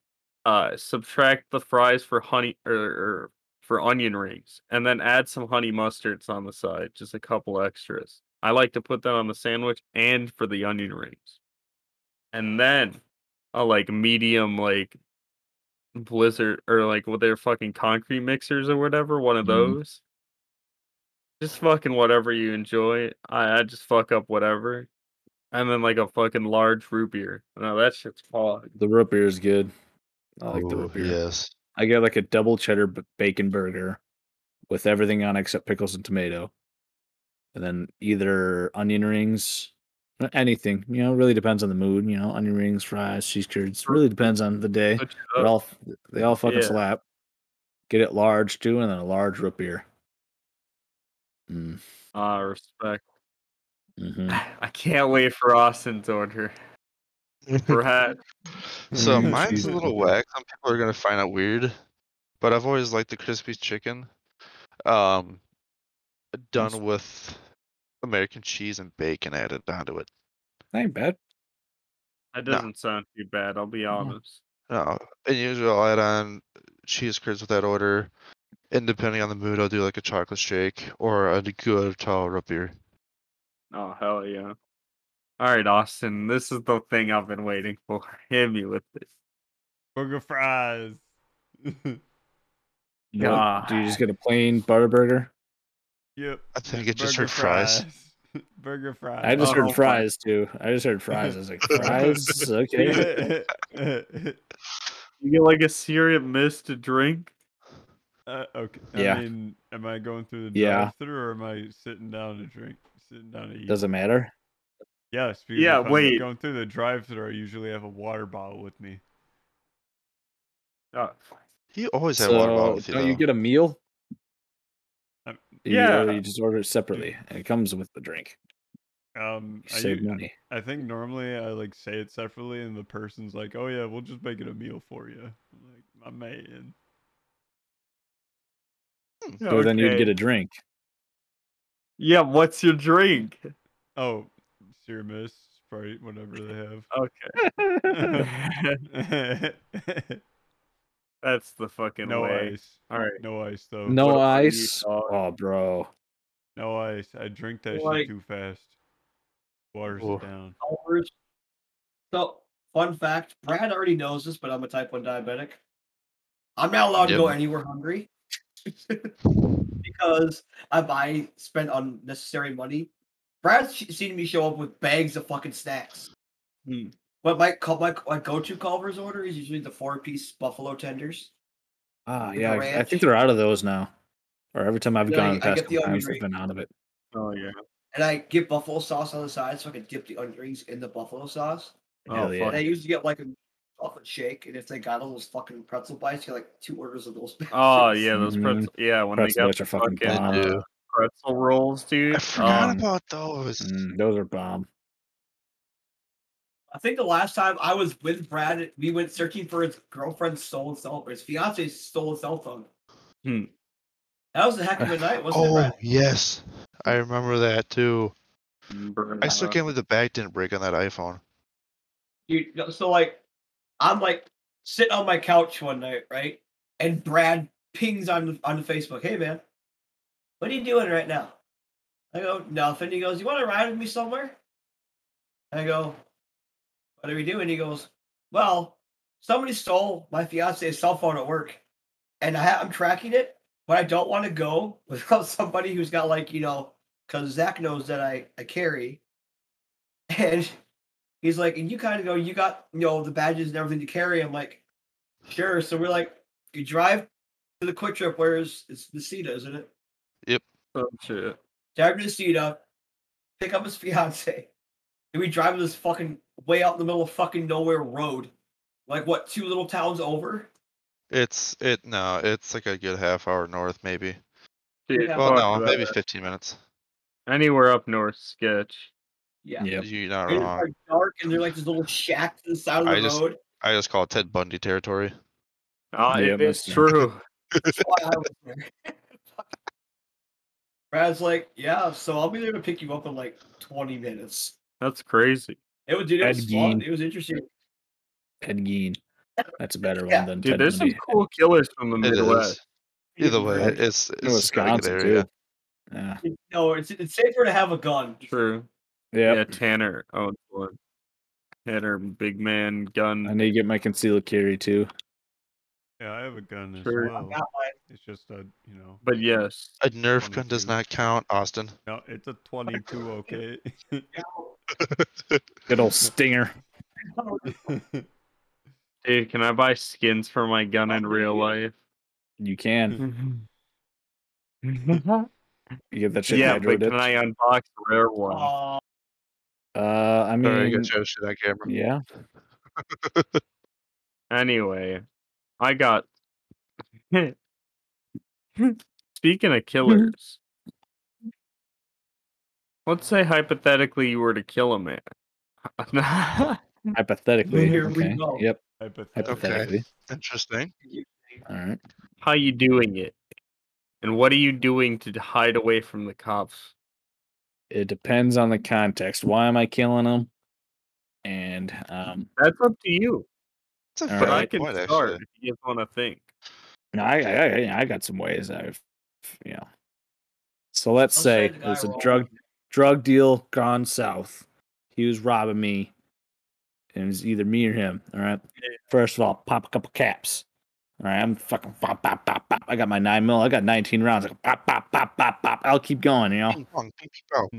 uh, subtract the fries for honey er, or, or for onion rings, and then add some honey mustards on the side, just a couple extras. I like to put that on the sandwich and for the onion rings, and then a like medium like blizzard or like with their fucking concrete mixers or whatever, one of
Mhm.
those. Just fucking whatever you enjoy. I, I just fuck up whatever. And then like a fucking large root beer. No, that shit's fog.
The root beer is good. I like the
Ooh,
root beer.
yes.
I get like a double cheddar b- bacon burger with everything on it except pickles and tomato. And then either onion rings, uh, anything, you know, really depends on the mood, you know, onion rings, fries, cheese curds, really depends on the day.
Switch it
They
up.
all they all fucking
Uh, Yeah.
slap. Get it large too, and then a large root beer. Mm,
Ah, respect.
mhm.
I can't wait for Austin's order. Perhaps.
So
Mm,
mine's
cheese
a
and
little whack. Some people are gonna find it weird, but I've always liked the crispy chicken, um, done
That's-
with American cheese and bacon added onto it.
Ain't bad.
That
No.
doesn't sound too bad, I'll be honest.
No, and usually I'll add on cheese curds with that order, and depending on the mood, I'll do like a chocolate shake or a good tall root beer.
Oh hell yeah. Alright, Austin, this is the thing I've been waiting for. Hit me with this.
Burger fries.
You know, like, Do you just
God.
get a plain butter burger?
yep.
I think I
it's
just
burger
heard fries.
burger fries.
I just
Oh,
heard
fuck.
fries too. I just heard fries. I was like, fries? Okay.
You get like a syrup mist to drink?
Uh, okay.
Yeah.
I mean, am I going through the
Yeah.
drive-through or am I sitting down to drink? Sitting down to eat.
Doesn't matter.
Yes. Because
Yeah,
if I'm
wait.
Going through the drive-through, I usually have a water bottle with me.
Oh,
You always have water bottle
So
with you.
don't you
though.
get a meal?
I'm,
You
Uh, Yeah.
order- you just order it separately. and It comes with the drink.
Um,
You
I,
save
u-
money.
I think normally I like say it separately, and the person's like, "Oh yeah, we'll just make it a meal for you." I'm like my man.
So then you'd get a drink.
Yeah, what's your drink?
Oh, Serumus, Sprite, whatever they have.
Okay. That's the fucking
no
way.
ice.
All right.
No ice though.
What
No
about you,
ice.
dog?
Oh, bro.
No ice. I drink that
Like-
shit too fast. Waters
Oof.
it down.
Culver's. So, fun fact Brad already knows this, but I'm a type 1 diabetic. I'm not allowed to go
Yep.
anywhere hungry because I buy, spend unnecessary money. Brad's sh- seen me show up with bags of fucking snacks.
Hmm.
But my, cul- my, my go to Culver's order is usually the four piece buffalo tenders.
Ah,
With
yeah.
the
I- I think
ranch.
they're out of those now. Or every time I've
Yeah, I- I
gone
get
past,
the
couple
onion
times, I've
ring.
been out of it.
Oh yeah.
And I get buffalo sauce on the side so I can dip the onion rings in the buffalo sauce.
Oh
Hell yeah.
And I
fuck.
usually get like a chocolate shake, and if they got all those fucking pretzel bites, you get like two orders of those.
Oh
bitches.
yeah, those
Mhm.
pretzel. Yeah, when they got
Pretzel bites
the
are fucking
fucking
bomb.
uh,
Yeah.
pretzel rolls, dude.
I forgot
um,
about those.
Mm, those are bomb.
I think the last time I was with Brad, we went searching for his girlfriend's stolen cell, or his fiance's stolen cell phone.
Hmm.
That was a heck of a night, wasn't it?
Oh
Brad?
yes, I remember that too.
burn
I still
Uh-huh.
out.
can't believe the bag didn't break on that iPhone.
You know, so like, I'm like sitting on my couch one night, right? And Brad pings on on Facebook, "Hey man, what are you doing right now?" I go, "Nothing." He goes, "You want to ride with me somewhere?" I go, "What are we doing?" He goes, "Well, somebody stole my fiance's cell phone at work, and I ha- I'm tracking it, but I don't want to go without somebody who's got like you know, because Zach knows that I I carry, and." He's like, and you kind of go, you got you know the badges and everything to carry. I'm like, sure. So we're like, you drive to the quick trip. Where is it's Nisita, isn't it?
Some Oh, shit.
Drive to Nisita, pick up his fiance, and we drive to this fucking way out in the middle of fucking nowhere road, like what two little towns over.
It's it no, it's like a good half hour north maybe.
Dude,
Yeah.
Well,
fuck
no,
that.
maybe 15 minutes.
anywhere up north, sketch.
Yeah.
Yep.
You're not
And It's
wrong.
like dark, and they're like this little shack to the side of the
I just-
road.
I just call it Ted Bundy territory.
Ah,
Yeah,
it is
listen.
true.
That's why I was there. Brad's like, yeah, so I'll be there to pick you up in like 20 minutes.
That's crazy.
It was, dude, it
Ed
was fun.
Gein.
It was interesting.
Ted Gein. That's a better
Yeah.
one than
Dude,
Ted
there's
Bundy.
some cool killers from the
It
Midwest.
is. Either way, it's
In
it's got a good
Wisconsin,
area.
too. Yeah.
No, it's it's safer to have a gun.
True. Yeah,
Yep.
Tanner owns one. Tanner, big man,
I
gun.
need to get my concealed carry, too.
Yeah, I have a gun as
Sure.
I
well.
got mine.
It's just a you know.
But yes,
A Nerf gun does
22.
not count, Austin.
No, it's a twenty-two. Okay.
Good old stinger.
dude, can I buy skins for my gun in real life?
You
Mm-hmm.
can. You get that shit
yeah,
hydro
but can
dipped.
I unbox a rare one?
Aw,
Uh, I
Sorry, I
mean,
got you shit on camera.
yeah.
Anyway, I got. Speaking of killers, let's say hypothetically you were to kill a man.
Hypothetically.
Hmm. Here we
okay.
go.
Yep.
Hypothetically.
Hypothetically.
Interesting.
All right.
How you doing it? And what are you doing to hide away from the cops?
It depends on the context. Why am I killing them? And um,
That's up to you.
It's a
All
fair
But
right.
I can
point,
start
actually.
if you just want to think.
No, I, I I- I got some ways I've you know. So let's
I'll
say
show the guy
there's a
rolling.
drug drug deal gone south. He was robbing me, and it was either me or him. All right. First of all, pop a couple caps. All right, I'm fucking pop pop pop pop. I got my nine mil. I got 19 rounds. Like pop pop pop pop pop. I'll keep going. You know.
Ping pong, ping pong.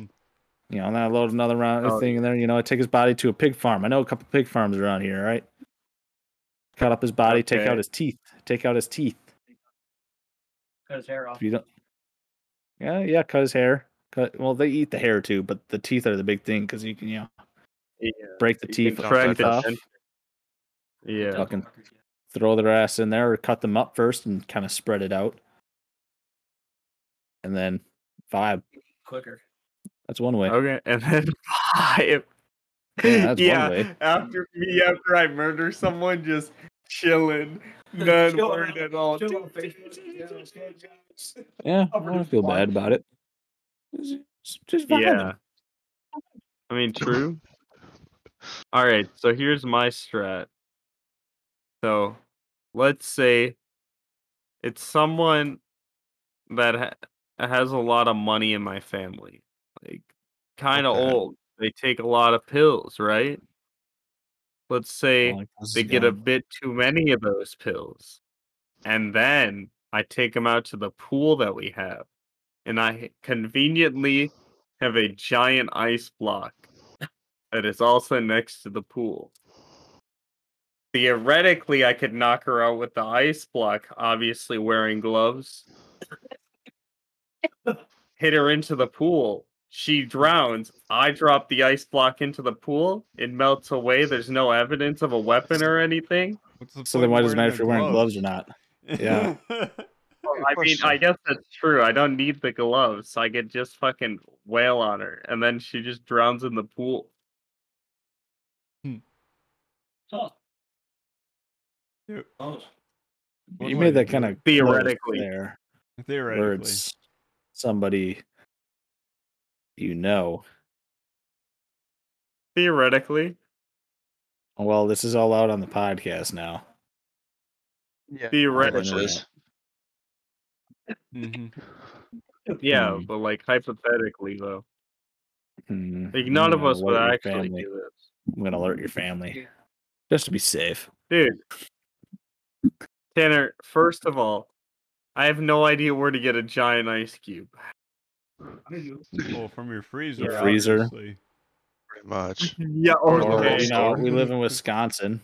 You know, and then I load another round
Oh,
thing in there. You know, I take his body to a pig farm. I know a couple pig farms around here, right? Cut up his body, take
Okay.
out his teeth, take out his teeth.
cut his hair off.
If you don't, yeah, yeah, cut his hair. Cut. Well, they eat the hair too, but the teeth are the big thing because you can, you know,
Yeah.
break the
You
teeth,
can
don't
track
crack
break
touch
the
off,
it.
tension. Yeah.
fucking throw their ass in there, or cut them up first and kind of spread it out, and then Five.
quicker.
That's one way.
Okay, and then five.
Yeah, that's one
Yeah,
way.
after me, after I murder someone, just chilling, not
Chill
worried
out,
at all.
chill out, Facebook.
Yeah, I
Covered in
don't feel
blood.
bad about it. Just, just vibing.
Yeah. I mean, true. All right, so here's my strat. So, let's say it's someone that ha- has a lot of money in my family. Like kind of
Okay.
old. They take a lot of pills, right? Let's say
Like, this is
they get a
going.
bit too many of those pills. And then I take them out to the pool that we have. And I conveniently have a giant ice block that is also next to the pool. Theoretically, I could knock her out with the ice block, obviously wearing gloves. Hit her into the pool. She drowns. I drop the ice block into the pool. It melts away. There's no evidence of a weapon or anything.
What's the
So then,
point
why
in
does it matter if you're wearing
their
gloves or not? Yeah.
Good
I mean, I
question.
guess that's true. I don't need the gloves. I could just fucking wail on her, and then she just drowns in the pool.
Huh.
Yeah.
Oh,
One
you
way
made
to
that
do
kind
it.
of
Theoretically.
there,
theoretically.
where it's somebody you know.
Theoretically,
Well, this is all out on the podcast now.
Yeah.
theoretically,
Unfortunately.
Mhm.
yeah,
Mhm.
but like hypothetically though,
Mhm.
like
I'm
none of
gonna
us would
alert your
actually
family.
do this,
I'm gonna alert your family just to be safe.
dude. Tanner, first of all, I have no idea where to get a giant ice cube.
I do.
Well, from your freezer.
Your freezer.
obviously.
Pretty much.
Yeah,
Or,
Or,
okay.
you know, we live in Wisconsin.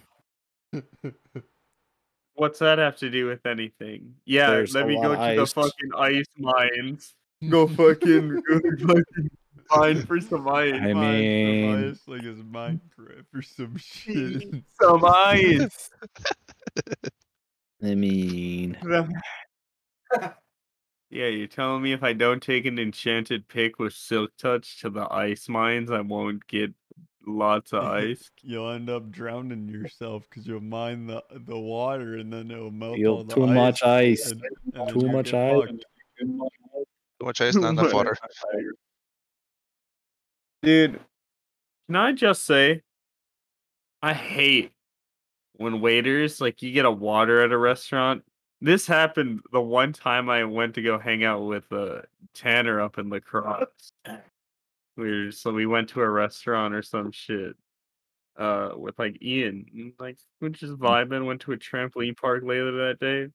What's that have to do with anything? Yeah,
There's
let
a
me
lot
go
of
to the
ice.
fucking ice mines. Go fucking go to fucking mine for some ice.
I
Mine- the
mean-
highest, like is Minecraft or some shit.
Some ice.
I mean,
yeah, you're telling me if I don't take an enchanted pick with silk touch to the ice mines, I won't get lots of ice.
You'll end up drowning yourself because you'll mine the the water and then it'll melt
feel
all the
too
ice.
much ice.
and- and then
Too
you
much
get
ice.
fucked.
Too much ice, not enough water.
Dude, can I just say, I hate when waiters like you get a water at a restaurant. This happened the one time I went to go hang out with uh, Tanner up in Lacrosse. We were, so we went to a restaurant or some shit uh, with like Ian, and, like we
Hmm.
just vibing. Went to a trampoline park later that day,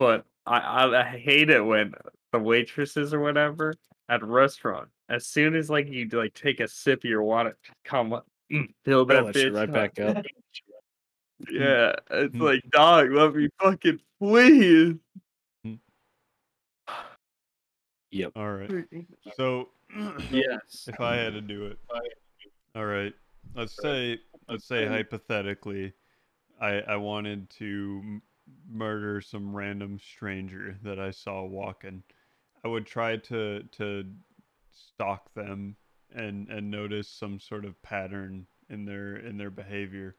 but I I, I hate it when the waitresses or whatever at restaurant. As soon as like you like take a sip of your water, come up, mm, fill
Fill
that
that
bitch
shit right
up.
back up.
Yeah, it's
Mm.
Mm-hmm.
like dog, let me fucking please.
Yep.
All right. So
Yes.
if I had to do it, all right. Let's say let's say hypothetically, I I wanted to m- murder some random stranger that I saw walking. I would try to to stalk them and and notice some sort of pattern in their in their behavior,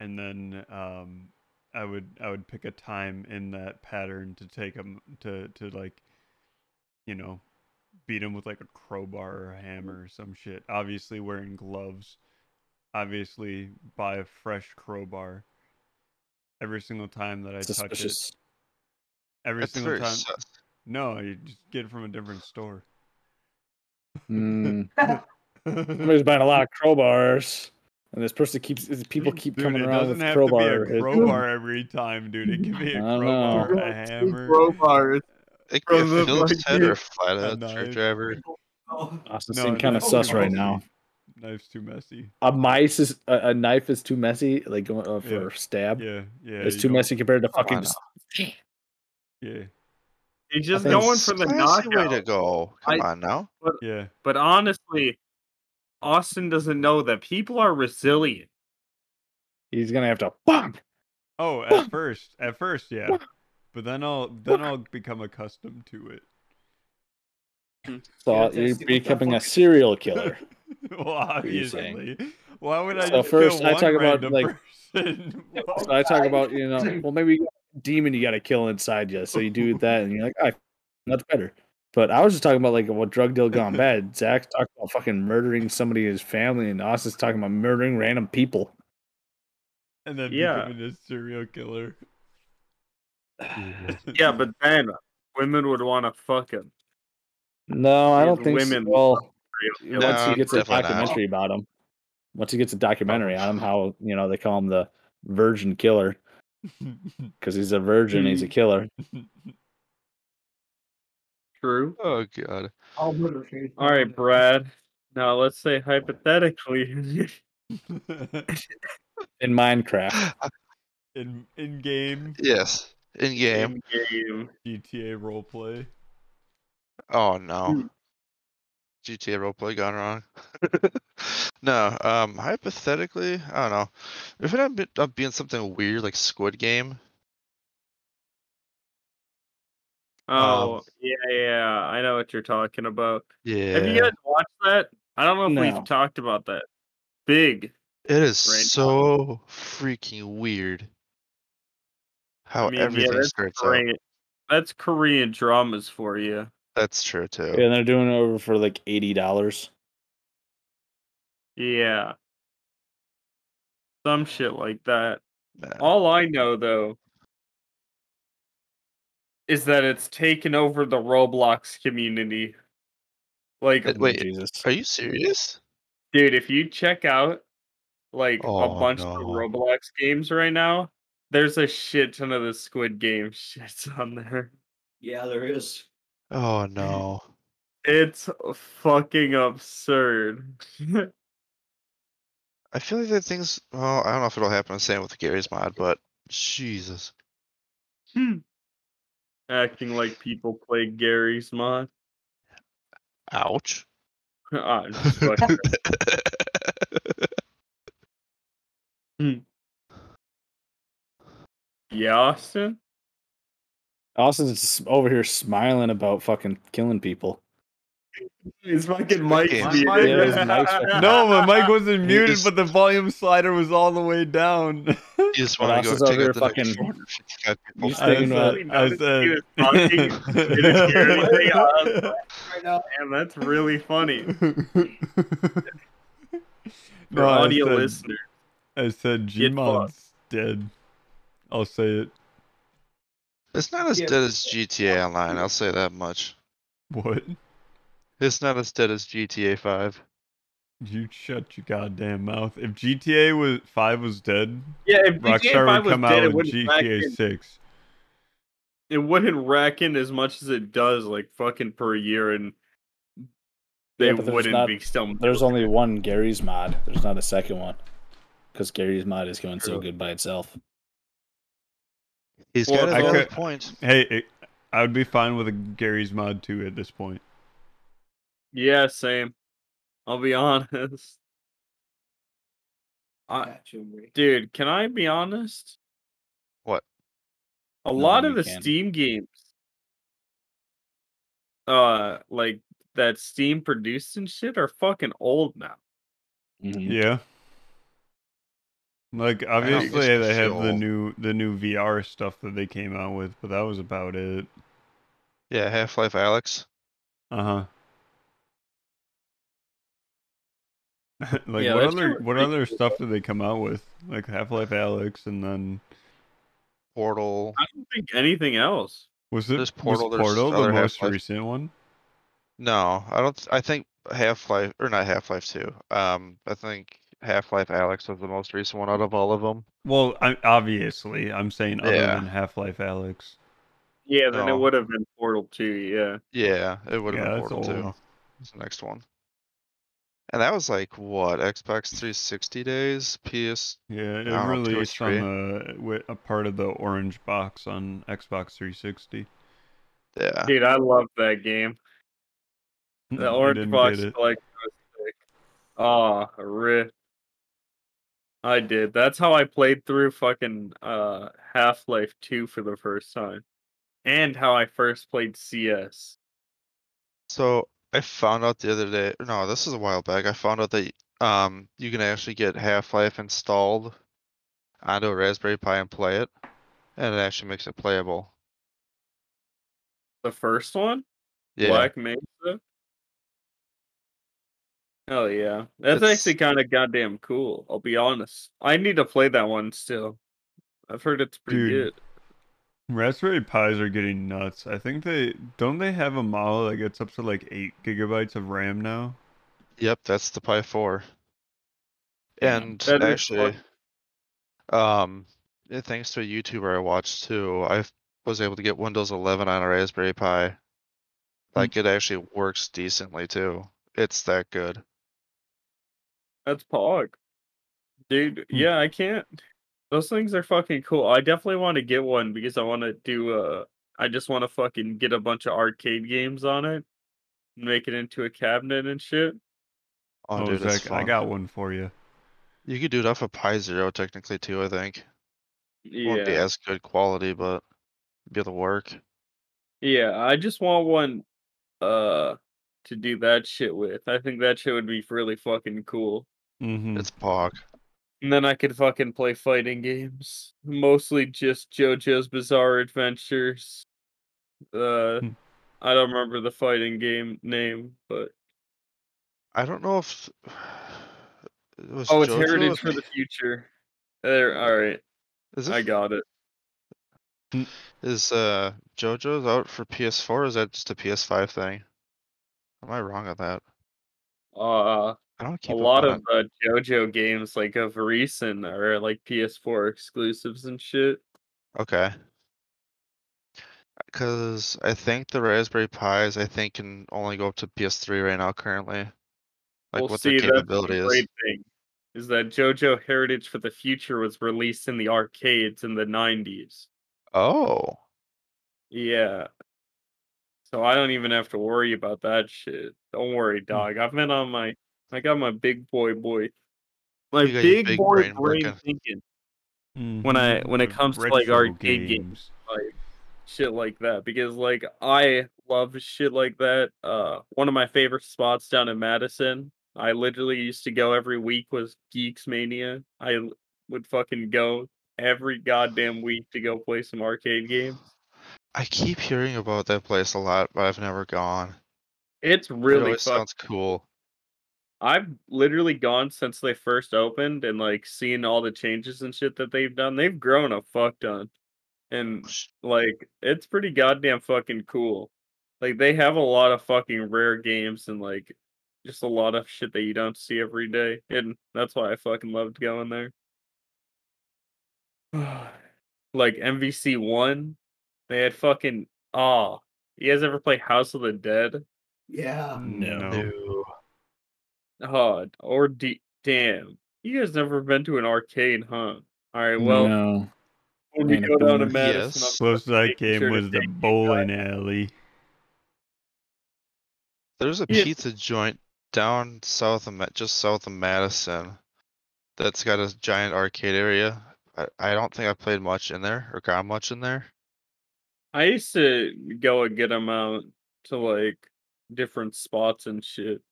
and then um, I would I would pick a time in that pattern to take them to to like, you know, beat him with like a crowbar or a hammer or some shit. Obviously wearing gloves. Obviously buy a fresh crowbar. Every single time that I touch
Suspicious.
it. Every
That's
single
very
time.
sus.
No, you just get it from a different store.
Mm. Somebody's buying a lot of crowbars, and this person keeps is- people keep
Dude,
coming
it
around
doesn't
with
have
crowbar.
to be a
hits.
crowbar every time, dude. It could be a
I don't
crowbar,
know.
a hammer.
Crowbar.
It could
From
be
the
a Phillips head
fucking-
or a flat
a
out
knife.
screwdriver.
Oh,
Austin
No, Oh,
seem
it's
kind of
too
sus right
messy.
now.
Knife's too messy.
A mice is a, a knife is too messy, like going uh, for
Yeah.
stab.
Yeah, yeah.
it's
you
too
don't-
messy compared to
Come
fucking.
on
Just,
Yeah,
He's just
think it's
going for the
Classy way to
knockout.
go. Come
I-
on now.
yeah.
But honestly, Austin doesn't know that people are resilient.
he's gonna have to bump.
Oh, at first, at first, yeah. But then I'll then I'll become accustomed to it.
So
Yeah,
you're
tasty with that
becoming a
fucking-
serial killer.
well,
are you saying?
obviously. Why would I
So
just
first
kill
I
one
talk about,
random
like-
person?
So I talk about you know, well maybe you got a demon you got to kill inside you, so you do that, and you're like, I that's better. But I was just talking about like what drug deal gone bad. Zach talked about fucking murdering somebody in his family, and Austin's talking about murdering random people.
and then
Yeah.
becoming a serial killer.
Yeah, but then women would want to fuck him.
No, I
Yeah,
don't
the
think.
women
So. Well,
Real
No,
killer.
once he gets a
definitely not.
documentary about him, once he gets a
Oh,
documentary on him, how you know they call him the virgin killer because he's a virgin,
Mm.
he's a killer.
True.
Oh god.
I'll murder you.
All right, Brad. Now let's say hypothetically,
in Minecraft.
in in game
Yes. In game.
game game.
GTA roleplay.
Oh
Mm.
no. GTA roleplay gone wrong. no, um, hypothetically, I don't know. If it ended up being something weird like Squid Game,
Oh
Um,
yeah, yeah. I know what you're talking about.
yeah,
Have you guys watched that? I don't know if
No.
we've talked about that. Big.
it is
right now.
so freaking weird how
I mean, yeah,
everything
that's
starts out.
Korean. That's Korean dramas for you.
That's true too.
Yeah, and they're doing it over for like eighty dollars.
Yeah. Some shit like that.
Man.
All I know though is that it's taken over the Roblox community. Like,
Uh, Wait,
Jesus.
Are you serious?
dude, if you check out like
Oh,
a bunch of
no.
Roblox games right now, there's a shit ton of the Squid Game shits on there.
Yeah, there is.
Oh
Mm-hmm.
no.
It's fucking absurd.
I feel like that thing's. Well, I don't know if it'll happen. Same with Gary's mod, but Jesus.
Acting like people play Gary's mod.
Ouch.
Ah, just fucking- Hmm. yeah, Austin.
Austin's just over here smiling about fucking killing people.
It's fucking Mike's
Yeah,
muted.
it's Mike's fucking-
No, my mic wasn't
You
muted,
just-
but the volume slider was all the way down.
You just
But
want to
Austin's
go
over
take
here
out the fucking... next
fucking-
455 people.
You just
I
thinking about-
said, uh, I said.
Right now,
And that's really funny. For
No, I
audio
said-
listener.
I said
Get
Gmod's dead. I'll say it.
It's not as
Yeah.
dead as GTA Online. I'll say that much.
What?
It's not as dead as GTA 5.
You shut your goddamn mouth. If GTA was five was dead,
Yeah, if GTA 5
Rockstar would
was
come
dead,
out
it
with
wouldn't, rack
GTA
in,
six.
it wouldn't rack in as much as it does, like fucking per year, and they
Yeah, but there's
wouldn't
not-
be still.
There's only one Gary's mod. There's not a second one. Because Gary's mod is going so
True.
good by itself.
He's
Well,
got a
I
valid
could-
point.
Hey, it, I would be fine with a Gary's mod too at this point.
Yeah, same. I'll be honest. I,
Got you, Marie.
dude, can I be honest?
What?
A
No,
lot of
you
the
can't.
Steam games, uh, like that Steam produced and shit, are fucking old now.
Mm-hmm.
Yeah. Like
don't think
obviously
it's
they have the
official.
new the new VR stuff that they came out with, but that was about it.
Yeah, Half Life Alex.
Uh huh. like
Yeah,
what
that's
other
kinda
what other
ridiculous,
stuff did they come out with? Like Half Life Alex, and then
Portal.
I don't think anything else.
was it
There's
was
Portal, there's
Portal the
other
most
Half-Life.
recent one?
No, I don't. I think Half Life or not Half Life Two. Um, I think Half Life Alex was the most recent one out of all of them.
Well, I, obviously, I'm saying other
Yeah.
than Half Life Alex.
Yeah, then
No.
it would have been Portal 2, yeah.
Yeah, it would have
Yeah,
been
that's
Portal Two.
old.
was the next one. And that was like what Xbox 360 days, PS.
Yeah, it
don't know, two or
released on
three.
the wi- a part of the orange box on Xbox 360.
Yeah,
Dude, I love that game. The
I
Orange
didn't
Box
get it.
Collector was sick. Ah, rip. I did. That's how I played through fucking uh, Half Life 2 for the first time. And how I first played CS.
So I found out the other day. No, this is a while back. I found out that um you can actually get Half Life installed onto a Raspberry Pi and play it, and it actually makes it playable.
The first one,
Yeah,
Black Mesa. Oh yeah, that's
It's-
actually kind of goddamn cool. I'll be honest. I need to play that one still. I've heard it's pretty
Dude.
good.
Raspberry Pis are getting nuts. I think they don't they have a model that gets up to like eight gigabytes of RAM now.
Yep, that's the Pi 4. And
That is
actually, um, yeah, thanks to a YouTuber I watched too, I f- was able to get Windows 11 on a Raspberry Pi. Like it actually works decently too. It's that good.
That's pog, dude.
Hmm.
Yeah, I can't. Those things are fucking cool. I definitely want to get one because I want to do. Uh, I just want to fucking get a bunch of arcade games on it, and make it into a cabinet and shit.
Oh, dude, it's
Zach, I
fun.
got one for you.
You could do it off of Pi Zero technically too. I think won't be
Yeah,
as good quality, but be able to work.
yeah. I just want one, uh, to do that shit with. I think that shit would be really fucking cool. Mm.
Mm-hmm.
It's Pog.
And then I could fucking play fighting games, mostly just JoJo's Bizarre Adventures. Uh,
Hmm.
I don't remember the fighting game name, but
I don't know if it was
oh, it's
JoJo.
Heritage for the Future. There, all right,
Is
I
it
got it.
Is uh JoJo's out for PS4 or is that just a PS5 thing? Am I wrong on that?
Uh,
I don't keep
a
up
lot
on
of
it.
uh, JoJo games, like of recent, are like PS4 exclusives and shit.
Okay. Cause I think the Raspberry Pis I think can only go up to PS3 right now currently. Like
Well,
what
see, that's
their
the
capability is.
Great thing is that JoJo Heritage for the Future was released in the arcades in the '90s.
Oh.
Yeah. So I don't even have to worry about that shit. Don't worry,
Hmm.
dog. I've been on my I got my big boy boy. My
You got your
big,
big
boy
brain Mm-hmm.
brain,
working.
thinking
mm-hmm.
When I- when it comes to, like, arcade games. shit like that because like I love shit like that. Uh one of my favorite spots down in Madison, I literally used to go every week was Geeks Mania. I l- would fucking go every goddamn week to go play some arcade games.
I keep hearing about that place a lot, but I've never gone.
It's
it
really
always
fucking
sounds cool.
I've literally gone since they first opened and like seen all the changes and shit that they've done. They've grown a fuck ton. And
Sh-
like it's pretty goddamn fucking cool. Like they have a lot of fucking rare games and like just a lot of shit that you don't see every day. And that's why I fucking loved going there. like MVC one, they had fucking ah. you guys ever play House of the Dead?
Yeah.
No.
Oh, or D- damn. You guys never been to an arcade, huh? All right, well,
no.
when we
man,
go down to
boomer.
Madison,
Yes.
I'm
Closest I
making
came
sure to
was the
thank you
bowling alley.
There's a
Yeah.
pizza joint down south of Ma- just south of Madison that's got a giant arcade area. I, I don't think I played much in there or got much in there.
I used to go a good amount to like different spots and shit,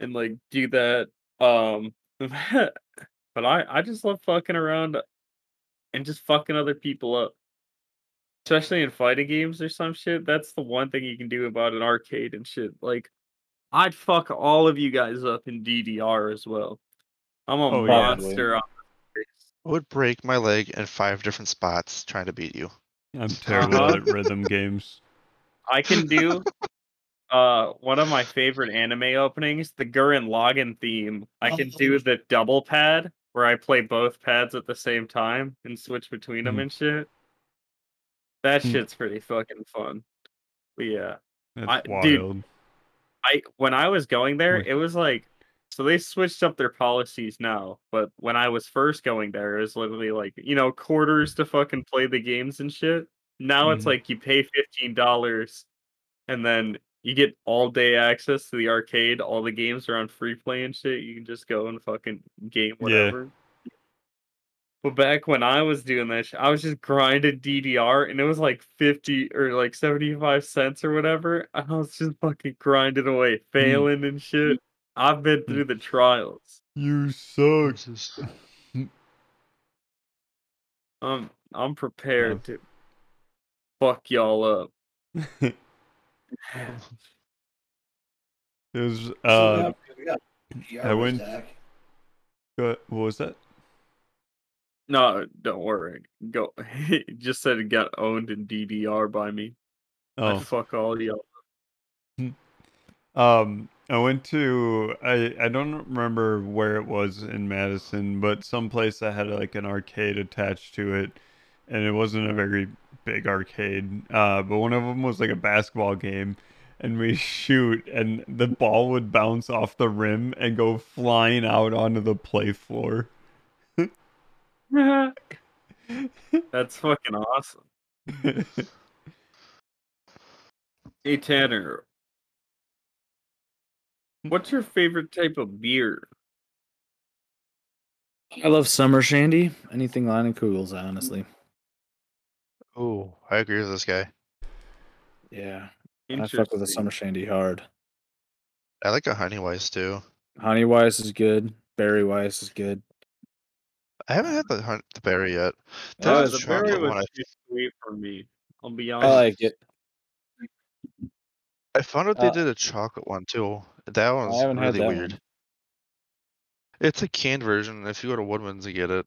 and like do that. Um, but I I just love fucking around and just fucking other people up, especially in fighting games or some shit. That's the one thing you can do about an arcade and shit. Like, I'd fuck all of you guys up in DDR as well. I'm a
Oh, yeah.
monster. on
I would break my leg in five different spots trying to beat you.
I'm terrible
Uh-huh.
at rhythm games.
I can do uh one of my favorite anime openings, the Gurren Lagann theme. I can do the double pad where I play both pads at the same time and switch between them
Mhm.
and shit. That
Mhm.
shit's pretty fucking fun. But yeah.
That's
I-
wild.
dude, I when I was going there,
Wait.
it was like so they switched up their policies now, but when I was first going there, it was literally like, you know, quarters to fucking play the games and shit. Now it's
Mhm.
like you pay fifteen dollars and then you get all day access to the arcade. All the games are on free play and shit. You can just go and fucking game
Yeah.
whatever. But back when I was doing that, sh- I was just grinding DDR, and it was like fifty or like seventy-five cents or whatever. and I was just fucking grinding away, failing and shit. I've been through the trials.
You suck.
Just-
I'm I'm prepared to fuck y'all up.
it was
So
uh,
now we got PR
I went-
stack.
go- what was that?
No, don't worry. Go. He just said it got owned in DDR by me. I
Oh,
fuck all y'all.
Um, I went to I I don't remember where it was in Madison, but someplace that had like an arcade attached to it, and it wasn't a very big arcade. Uh, but one of them was like a basketball game, and we shoot, and the ball would bounce off the rim and go flying out onto the play floor.
That's fucking awesome. Hey Tanner,
Hmm.
what's your favorite type of beer?
I love summer shandy. Anything lining Kugels, honestly.
Ooh, I agree with this guy.
Yeah. I fuck with the summer shandy hard.
I like a Honeywise too.
Honey Weiss is good. Berry Weiss is good.
I haven't had the, hun- the berry yet. That
Uh,
was
the
chocolate
berry
one.
was
I,
too sweet for me. I'll be
I
Oh,
honest.
like it.
I found out they
uh,
did a chocolate one too. That one's
haven't had
really
that one.
weird. It's a canned version. If you go to Woodman's, you get it.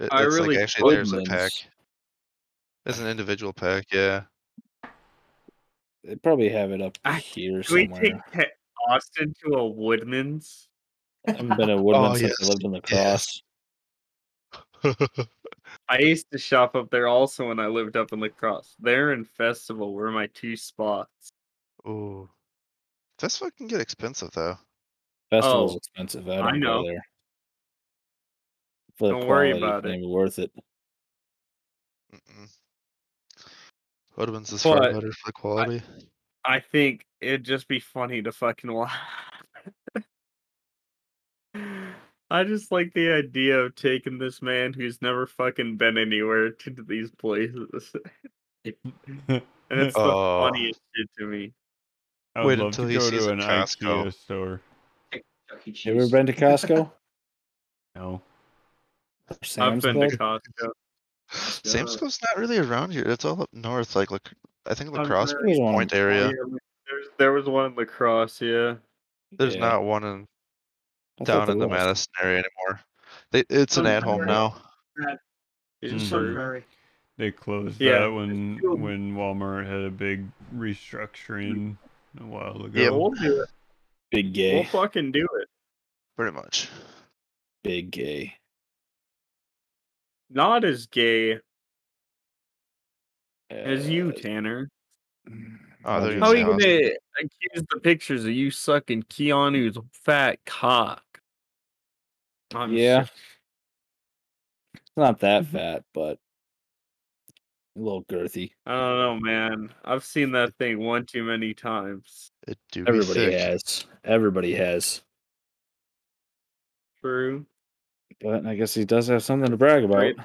It-
I
it's
really
like actually there's a pack.
Woodman's.
It's an individual pack. Yeah.
They probably have it up
I-
here
Can we take
somewhere.
Ta- Austin to a Woodman's?
I haven't been at Woodman since I
Oh, yes,
lived in the cross.
yes.
I used to shop up there also when I lived up in Lacrosse. There and Festival were my two spots.
Ooh. That's fucking get expensive though.
Festival's
Oh,
expensive. I
I
don't
know.
go there. For the
Don't worry
quality,
about
it.
it.
ain't worth it.
Mm-mm. Woodman's is
But
far better for the quality.
I think it'd just be funny to fucking watch. I just like the idea of taking this man who's never fucking been anywhere to these places. And it's the
Oh.
funniest shit to me.
I would
Wait
love
until
to
he
go
sees
to
a
an
Costco.
IKEA store.
Chuck E.
You ever
Cheese.
been to Costco?
No.
Or
I've
Sam's
been
Club?
to Costco.
Sam's Club's not really around here. It's all up north, like Lac- I think
I'm
Lacrosse
very-
There's one.
Point area.
Yeah, there's, there was one in Lacrosse, yeah.
There's
Yeah.
not one in
I thought
down
there
in the
was.
Madison area anymore. They, it's an
Um,
at home
Prairie.
now.
Just
Mm.
some prairie.
They closed
Yeah.
that when
Cool.
when Walmart had a big restructuring a while ago.
Yeah.
We'll do it.
Big
We'll
gay.
fucking do it.
Pretty much.
Big gay.
Not as gay as you,
Uh,
Tanner.
Oh, they're
Roger
gonna
How are
say
you
I
gonna
was-
accuse the pictures of you sucking Keanu's fat cock? I'm
Yeah.
so-
It's not that
Mm-hmm.
fat, but a little girthy.
I don't know, man. I've seen that thing one too many times.
It do be
Everybody
thick.
has. Everybody has.
True.
But I guess he does have something to brag about.
Right.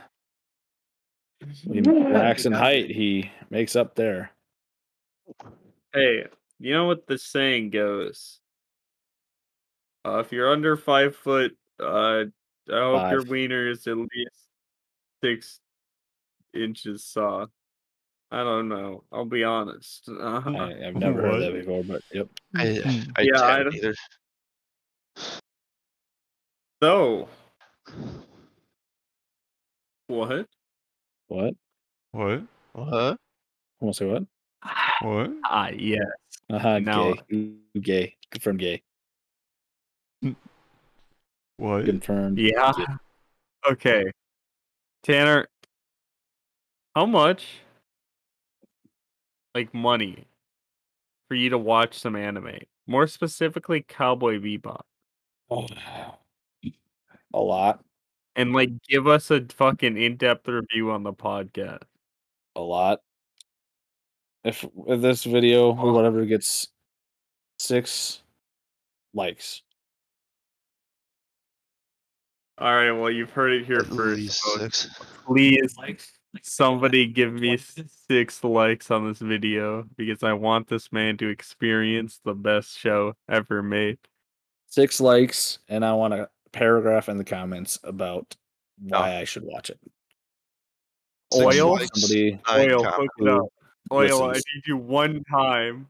When he lacks
He
in
does.
height, he makes up there.
Hey, you know what the saying goes? Uh, if you're under five foot, uh, I hope your
Five.
wiener is at least six inches saw. I don't know. I'll be honest.
I,
Uh,
I've never heard that
What?
before, but yep.
I, I
Yeah, I
haven't
don't-
either.
so, what?
What?
What?
What?
I want to say what?
What?
Ah, yeah.
Uh-huh,
No.
gay. Ooh, Gay. Confirmed gay.
What?
Confirmed. Oh,
Yeah.
gay.
Okay. Tanner, how much, like, money for you to watch some anime? More specifically, Cowboy Bebop.
Oh. A lot.
And, like, give us a fucking in depth review on the podcast.
a lot. If, if this video or whatever gets six likes,
All right. Well, you've heard it here
At least
first. folks.
six.
Please,
Likes. like-
somebody give me
Likes.
six likes on this video because I want this man to experience the best show ever made.
Six likes, and I want a paragraph in the comments about
Oh.
why I should watch it.
Six
Oil?
likes,
Somebody
nine
oil,
com-
hook it up. Oil, I
listens.
need you one time.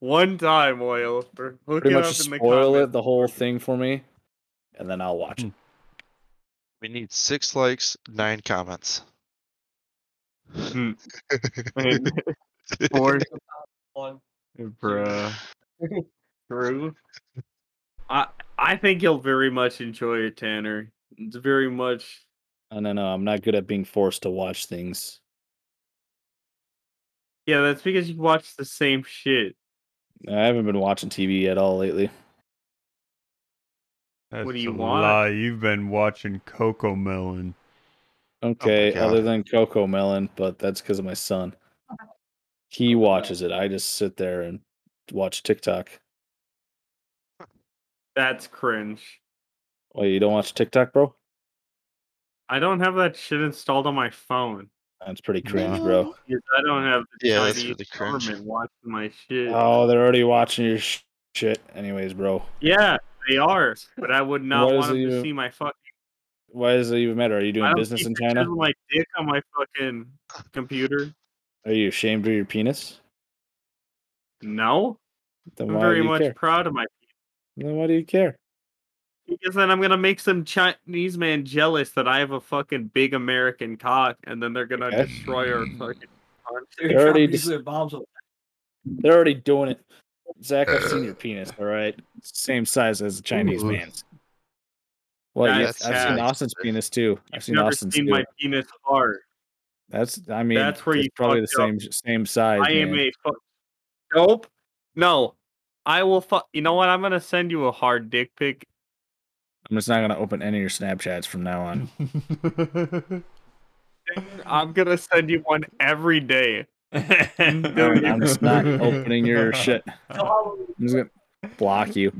One time, oil. For hook
pretty
it
much
up in the
spoil
comments.
it the whole thing for me, and then I'll
Hmm.
watch it.
We need six likes, nine comments.
Hmm. And- Four
One.
Bruh. True. I I think you'll very much enjoy it, Tanner. It's very much
I don't know. I'm not good at being forced to watch things.
Yeah, that's because you watch the same shit.
I haven't been watching TV at all lately.
That's
do you
a
want?
lie. You've been watching Coco Melon.
Okay,
Oh
God.
other than Coco Melon, but that's because of my son. He watches it. I just sit there and watch TikTok.
That's cringe.
Wait, Oh, you don't watch TikTok, bro?
I don't have that shit installed on my phone.
That's pretty cringe,
No.
bro.
Because I don't have the
Yeah, that's
Chinese
really cringe.
government watching my shit.
Oh, they're already watching your sh- shit, anyways, bro.
Yeah, they are. But I would not
Why does
want them
it
to
even-
see my fucking
Why does it even matter? Are you
I
doing
don't
business
see
in
pictures
China?
of my dick on my fucking computer.
Are you ashamed of your penis?
No.
Then
I'm
why do
very
you
much
care?
proud of my
Then why do you care?
Because then I'm gonna make some Chinese man jealous that I have a fucking big American cock, and then they're gonna
Okay.
destroy our fucking.
They're
They already
dropping
dis-
nuclear bombs. on-
They're already doing it. Zach, I've seen your penis. All right, same size as a Chinese
Ooh.
man's. Well,
Yeah,
yeah, I've
that's
seen
sad.
Austin's penis too. I've
I've
seen
never
Austin's
seen
too.
my penis hard.
That's I mean
That's where
it's
you
probably the
fucked up.
same same size.
I am
man.
a fuck. Nope. No. I will fuck. You know what? I'm gonna send you a hard dick pic.
I'm just not gonna open any of your Snapchats from now on.
I'm gonna send you one every day.
I'm I'm just not opening your shit. I'm just gonna block you.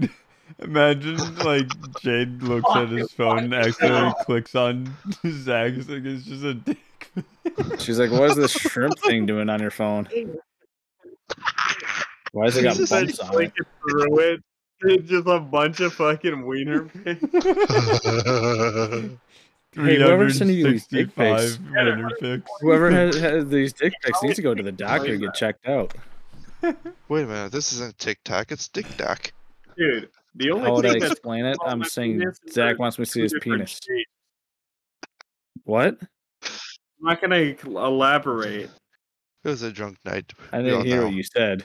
Imagine like Jade looks at his phone and accidentally clicks on Zach's like it's just a dick.
She's like, "What is this shrimp thing doing on your phone? Why has it got
Jesus, I
bumps
Just
on
click
it?"
it through it. It's just a bunch of fucking wiener pics.
Hey, whoever sent you these dick pics-
365 winner picks.
Whoever has, has these dick pics needs to go to the doctor and get checked out.
Wait a minute, this isn't TikTok, it's TikTok.
Dude, the only
How would I
thing that's
explain it?
wrong
I'm
with
saying
penis is
Zach
there's
wants me to see
two
his
different
penis.
shapes.
What?
I'm not gonna c- elaborate.
It was a drunk night.
I
we all
didn't hear
know.
what you said.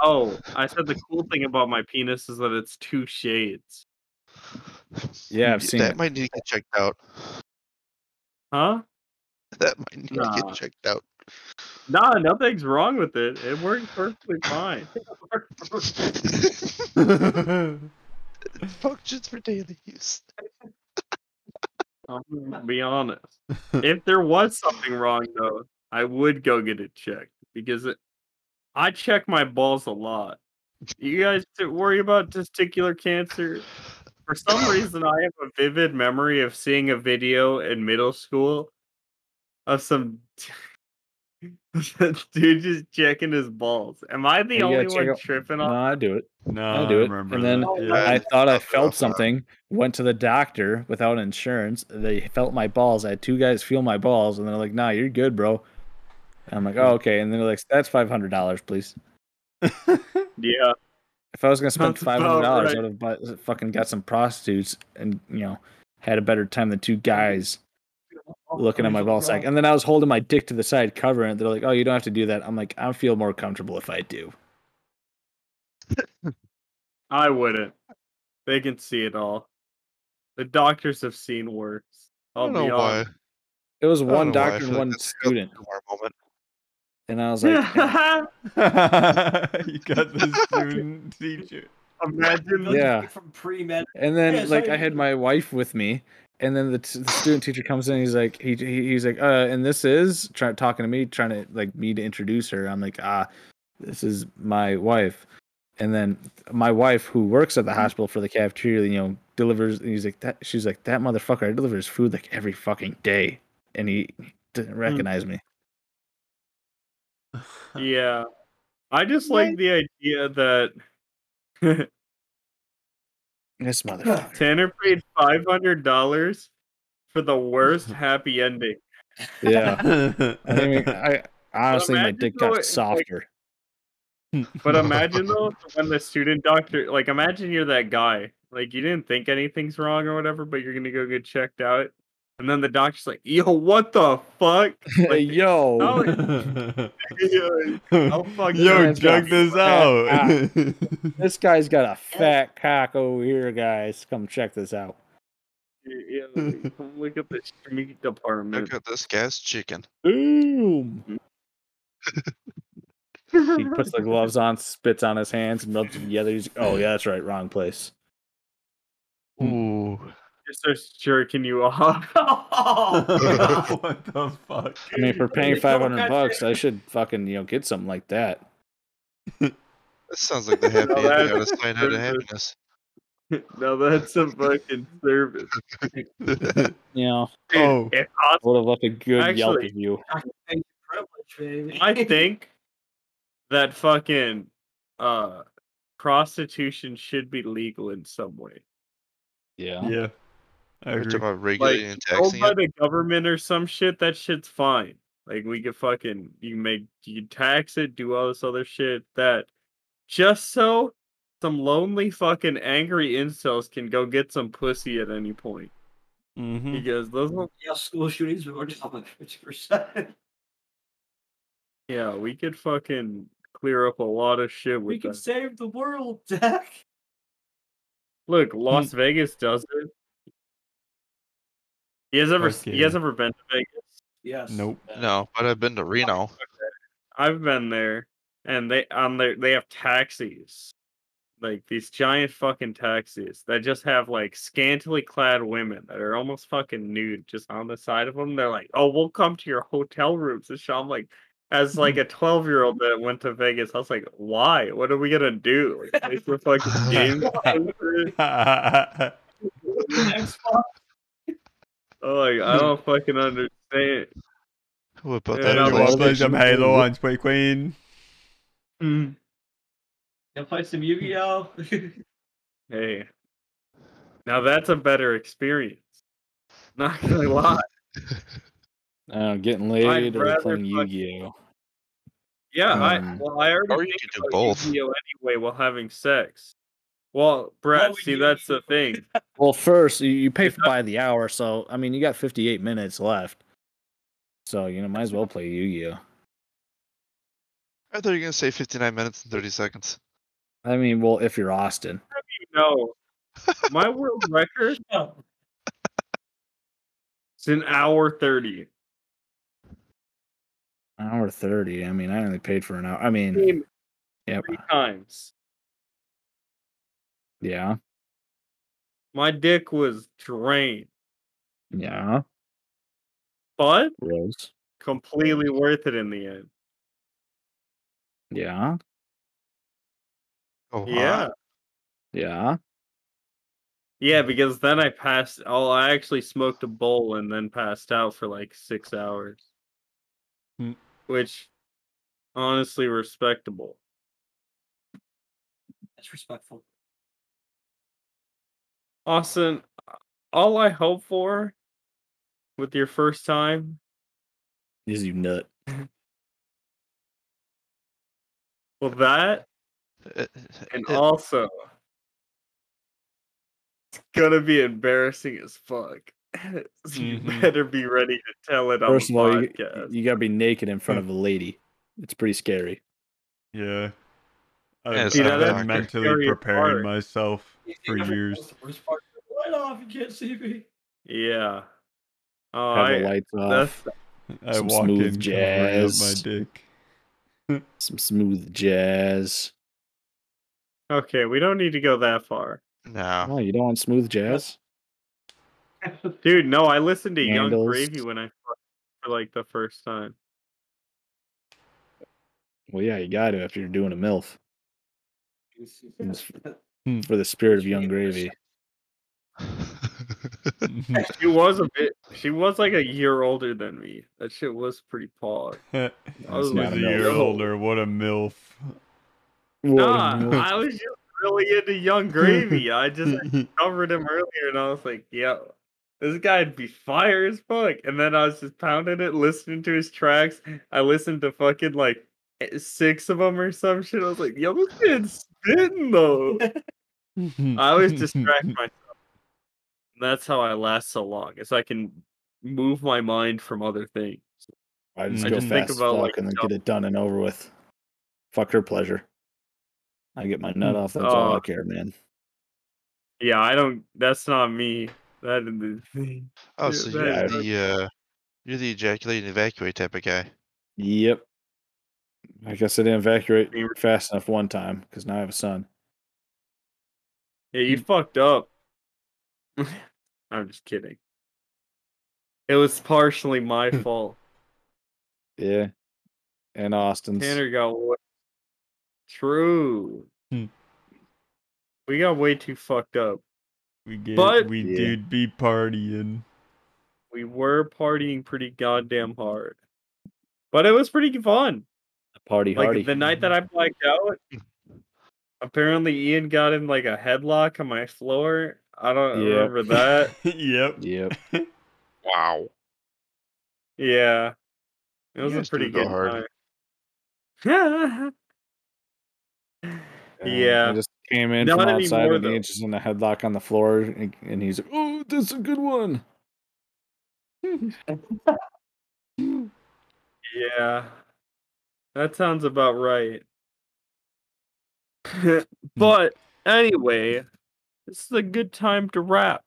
Oh, I said the cool thing about my penis is that it's two shades.
Yeah, I've
Y-
seen
that
it.
might need to get checked out.
Huh?
That might need to
Nah.
get checked out.
Nah, nothing's wrong with it. It works perfectly fine.
it functions for daily use.
I'm gonna be honest. If there was something wrong though, I would go get it checked because it, I check my balls a lot. You guys t- worry about testicular cancer? For some reason, I have a vivid memory of seeing a video in middle school of some dude just checking his balls. Am I the
You gotta
only
check
one
out-
tripping
No,
on?
I do it.
no,
I'll
I
do it.
remember
And
that,
then
Oh,
yeah.
I thought I felt
Yeah.
something. Went to the doctor without insurance. They felt my balls. I had two guys feel my balls, and they're like, "Nah, you're good, bro." And I'm like, "Oh, okay." And they're like, "That's five hundred dollars, please."
Yeah,
If I was gonna spend
That's about
five hundred dollars,
right.
I would have bought, uh, fucking got some prostitutes and you know had a better time than two guys looking at my ball sack. And then I was holding my dick to the side, covering it. They're like, "Oh, you don't have to do that." I'm like, "I feel more comfortable if I do."
I wouldn't. They can see it all. The doctors have seen worse.
I
I'll
don't
be
know why.
honest.
It was
I don't
one
know why I
doctor
feel
and
like
one
that's a
student,
bizarre moment.
and I was like,
you got the student teacher.
Imagine
Really
Yeah.
From pre-med.
And then
Yeah, it's
like
not
I
even-
had my wife with me, and then the, t- the student teacher comes in. And he's like he, he he's like uh, and this is try- talking to me, trying to like me to introduce her. I'm like ah, this is my wife, And then my wife, who works at the
Mm-hmm.
hospital for the cafeteria, you know, delivers. And he's like that. She's like that motherfucker. I deliver his food like every fucking day, and he didn't
Mm.
recognize me.
Yeah. I just like the idea that
This motherfucker.
Tanner paid five hundred dollars for the worst happy ending.
yeah. I mean, I honestly, my
imagine
dick
though it-
got
like-
softer.
But imagine though when the student doctor like imagine you're that guy. Like you didn't think anything's wrong or whatever, but you're gonna go get checked out. And then the doctor's like, yo, what the fuck? Like
Yo.
Oh, fuck
Yo,
this
check
guy.
this out.
This guy's got a fat cock over here, guys. Come check this out.
yeah, like, come look at the street department.
Look at this guy's chicken.
Boom. He puts the gloves on, spits on his hands, and rubs them together. He's oh yeah, that's right, wrong place.
Ooh.
Just starts jerking you off.
what the fuck?
I mean, for
Dude,
paying
no
five hundred
goddamn-
bucks, I should fucking you know get something like that.
That sounds like the happy
No,
ending out of
that's-
Sign Out of
that's-
Happiness.
now that's a fucking service.
You know,
Oh,
If
would have left a good Yelp
Actually-
review.
Privilege, baby.
I think that fucking uh prostitution should be legal in some way.
Yeah.
yeah. I
You're talking
agree.
about regulating
Like oh
and
owned
taxing
by
it.
the government or some shit, that shit's fine. Like we could fucking you make you tax it, do all this other shit that just so some lonely fucking angry incels can go get some pussy at any point.
Mhm.
Because those will
Yeah, school shootings were down by fifty percent.
yeah, we could fucking clear up a lot of shit
We
with
can
that.
save the world, Zach.
Look, Las Vegas does it. You guys ever
Fuck
you guys
yeah.
ever been to Vegas?
Yes.
Nope.
No, but I've been to Reno.
I've been there and they on there they have taxis. Like these giant fucking taxis that just have like scantily clad women that are almost fucking nude just on the side of them. They're like, "Oh, we'll come to your hotel rooms." And shit." I'm like, as like a twelve year old that went to Vegas, I was like, "Why? What are we gonna do? Like, play for fucking games?" over?
Xbox.
I'm like, I don't fucking understand.
What about
Yeah,
that?
no,
Wanna
but-
play
PlayStation?
some Halo on Spy Queen. Mm.
They'll play some Yu-Gi-Oh.
Hey, now that's a better experience. Not gonna lie.
Uh, getting laid or
rather
playing Yu
fucking-
Gi Oh.
Yeah, I
Um,
well, I already
or you
think
could do
about
both.
Yu-Gi-Oh anyway while having sex. Well, Brett,
would
see,
you
that's
do?
the thing.
Well, first you, you pay by the hour, so I mean you got fifty eight minutes left. So you know, might as well play Yu Gi Oh.
I thought you were gonna say 59 minutes and 30 seconds.
I mean, well, if you're Austin,
No, my world record
No.
is an hour thirty.
an hour thirty. I mean, I only paid for an hour. I mean,
Three
yeah,
times.
yeah,
My dick was drained,
yeah.
but
Rose,
completely worth it in the end.
yeah,
Oh,
Yeah.
huh?
yeah.
Yeah, because then I passed. Oh, I actually smoked a bowl and then passed out for like six hours,
Hmm.
which honestly respectable.
That's respectful.
Austin, all I hope for with your first time,
Is you nut?
well, that
It-
and
it-
also it's gonna be embarrassing as fuck. so You
Mhm.
better be ready to tell it on
Mm-hmm. First
the
of all, you,
podcast.
you gotta be naked in front of a lady. It's pretty scary.
Yeah.
Yeah,
I've
it's
You
not
know,
I've
that's
been
a
mentally
scary part.
preparing myself for
Everyone
years.
else, the worst part, Light off. You can't see me.
yeah. Oh,
Have
I,
the lights
that's
off,
I
Some
walk
smooth
in covering up my
jazz.
dick.
some smooth jazz.
okay. We don't need to go that far.
no.
Oh, you don't want smooth jazz?
Dude, no, I listened to Young
Candles.
Gravy when I fucked for like the first time.
Well, yeah, you got to if you're doing a milf. for the spirit of young gravy.
She was a bit. She was like a year older than me. That shit was pretty pog.
He's
I was
That's
like,
not
a
a
year
milf.
older. What a milf.
Nah, I was just really into Young Gravy. I just covered him earlier, and I was like, "Yeah, this guy'd be fire as fuck." And then I was just pounding it, listening to his tracks. I listened to fucking like eh, six of them or some shit. I was like, "Yo, this kid's spitting though." I always distract myself. And that's how I last so long, is I can move my mind from other things.
I just
I
go
just
think
fast as
about,
fuck
like,
and then
no.
get it done and over with. Fuck her pleasure. I get my nut off. That's all I
Oh.
care, man.
Yeah, I don't. That's not me. That is
oh,
Yeah,
so you're
that-
the uh, you're the ejaculate and evacuate type of guy.
Yep. I guess I didn't evacuate
You-
fast enough one time because now I have a son.
Yeah, you fucked up. I'm just kidding. It was partially my fault.
Yeah. And Austin's.
Tanner got way... true.
Hmm.
We got way too fucked up.
we get,
But-
we
Yeah.
did be partying.
We were partying pretty goddamn hard, but it was pretty fun.
Party
like
hardy.
the night that I blacked out, apparently Ian got in like a headlock on my floor. I don't
Yeah.
remember that.
yep.
Yep.
Wow.
Yeah, it
You
was a
guys do
pretty
go
good
hard.
time.
And
Yeah.
I just came in
Not
from outside
anymore,
and
though.
Ian's just in a headlock on the floor and, and he's like, oh, that's a good one.
yeah, that sounds about right. but anyway, this is a good time to wrap.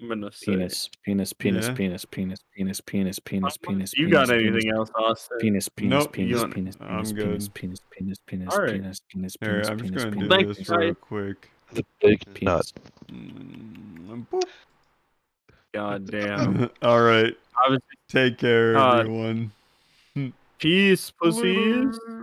I'm gonna say.
Penis, penis, penis,
Yeah.
penis, penis, penis, penis, penis, penis.
Uh, you
penis,
got anything
penis,
else, Austin?
Penis, penis,
Nope, you
penis,
don't-
penis,
I'm
penis, penis,
good.
penis, penis, penis,
All right.
penis, penis,
Here,
penis,
I'm just
penis,
gonna do
penis.
Like,
this
try-
real quick.
The big
penis.
Mm, boop.
God damn.
All right.
I was
Take care,
Uh,
everyone.
peace, pussies.
Later.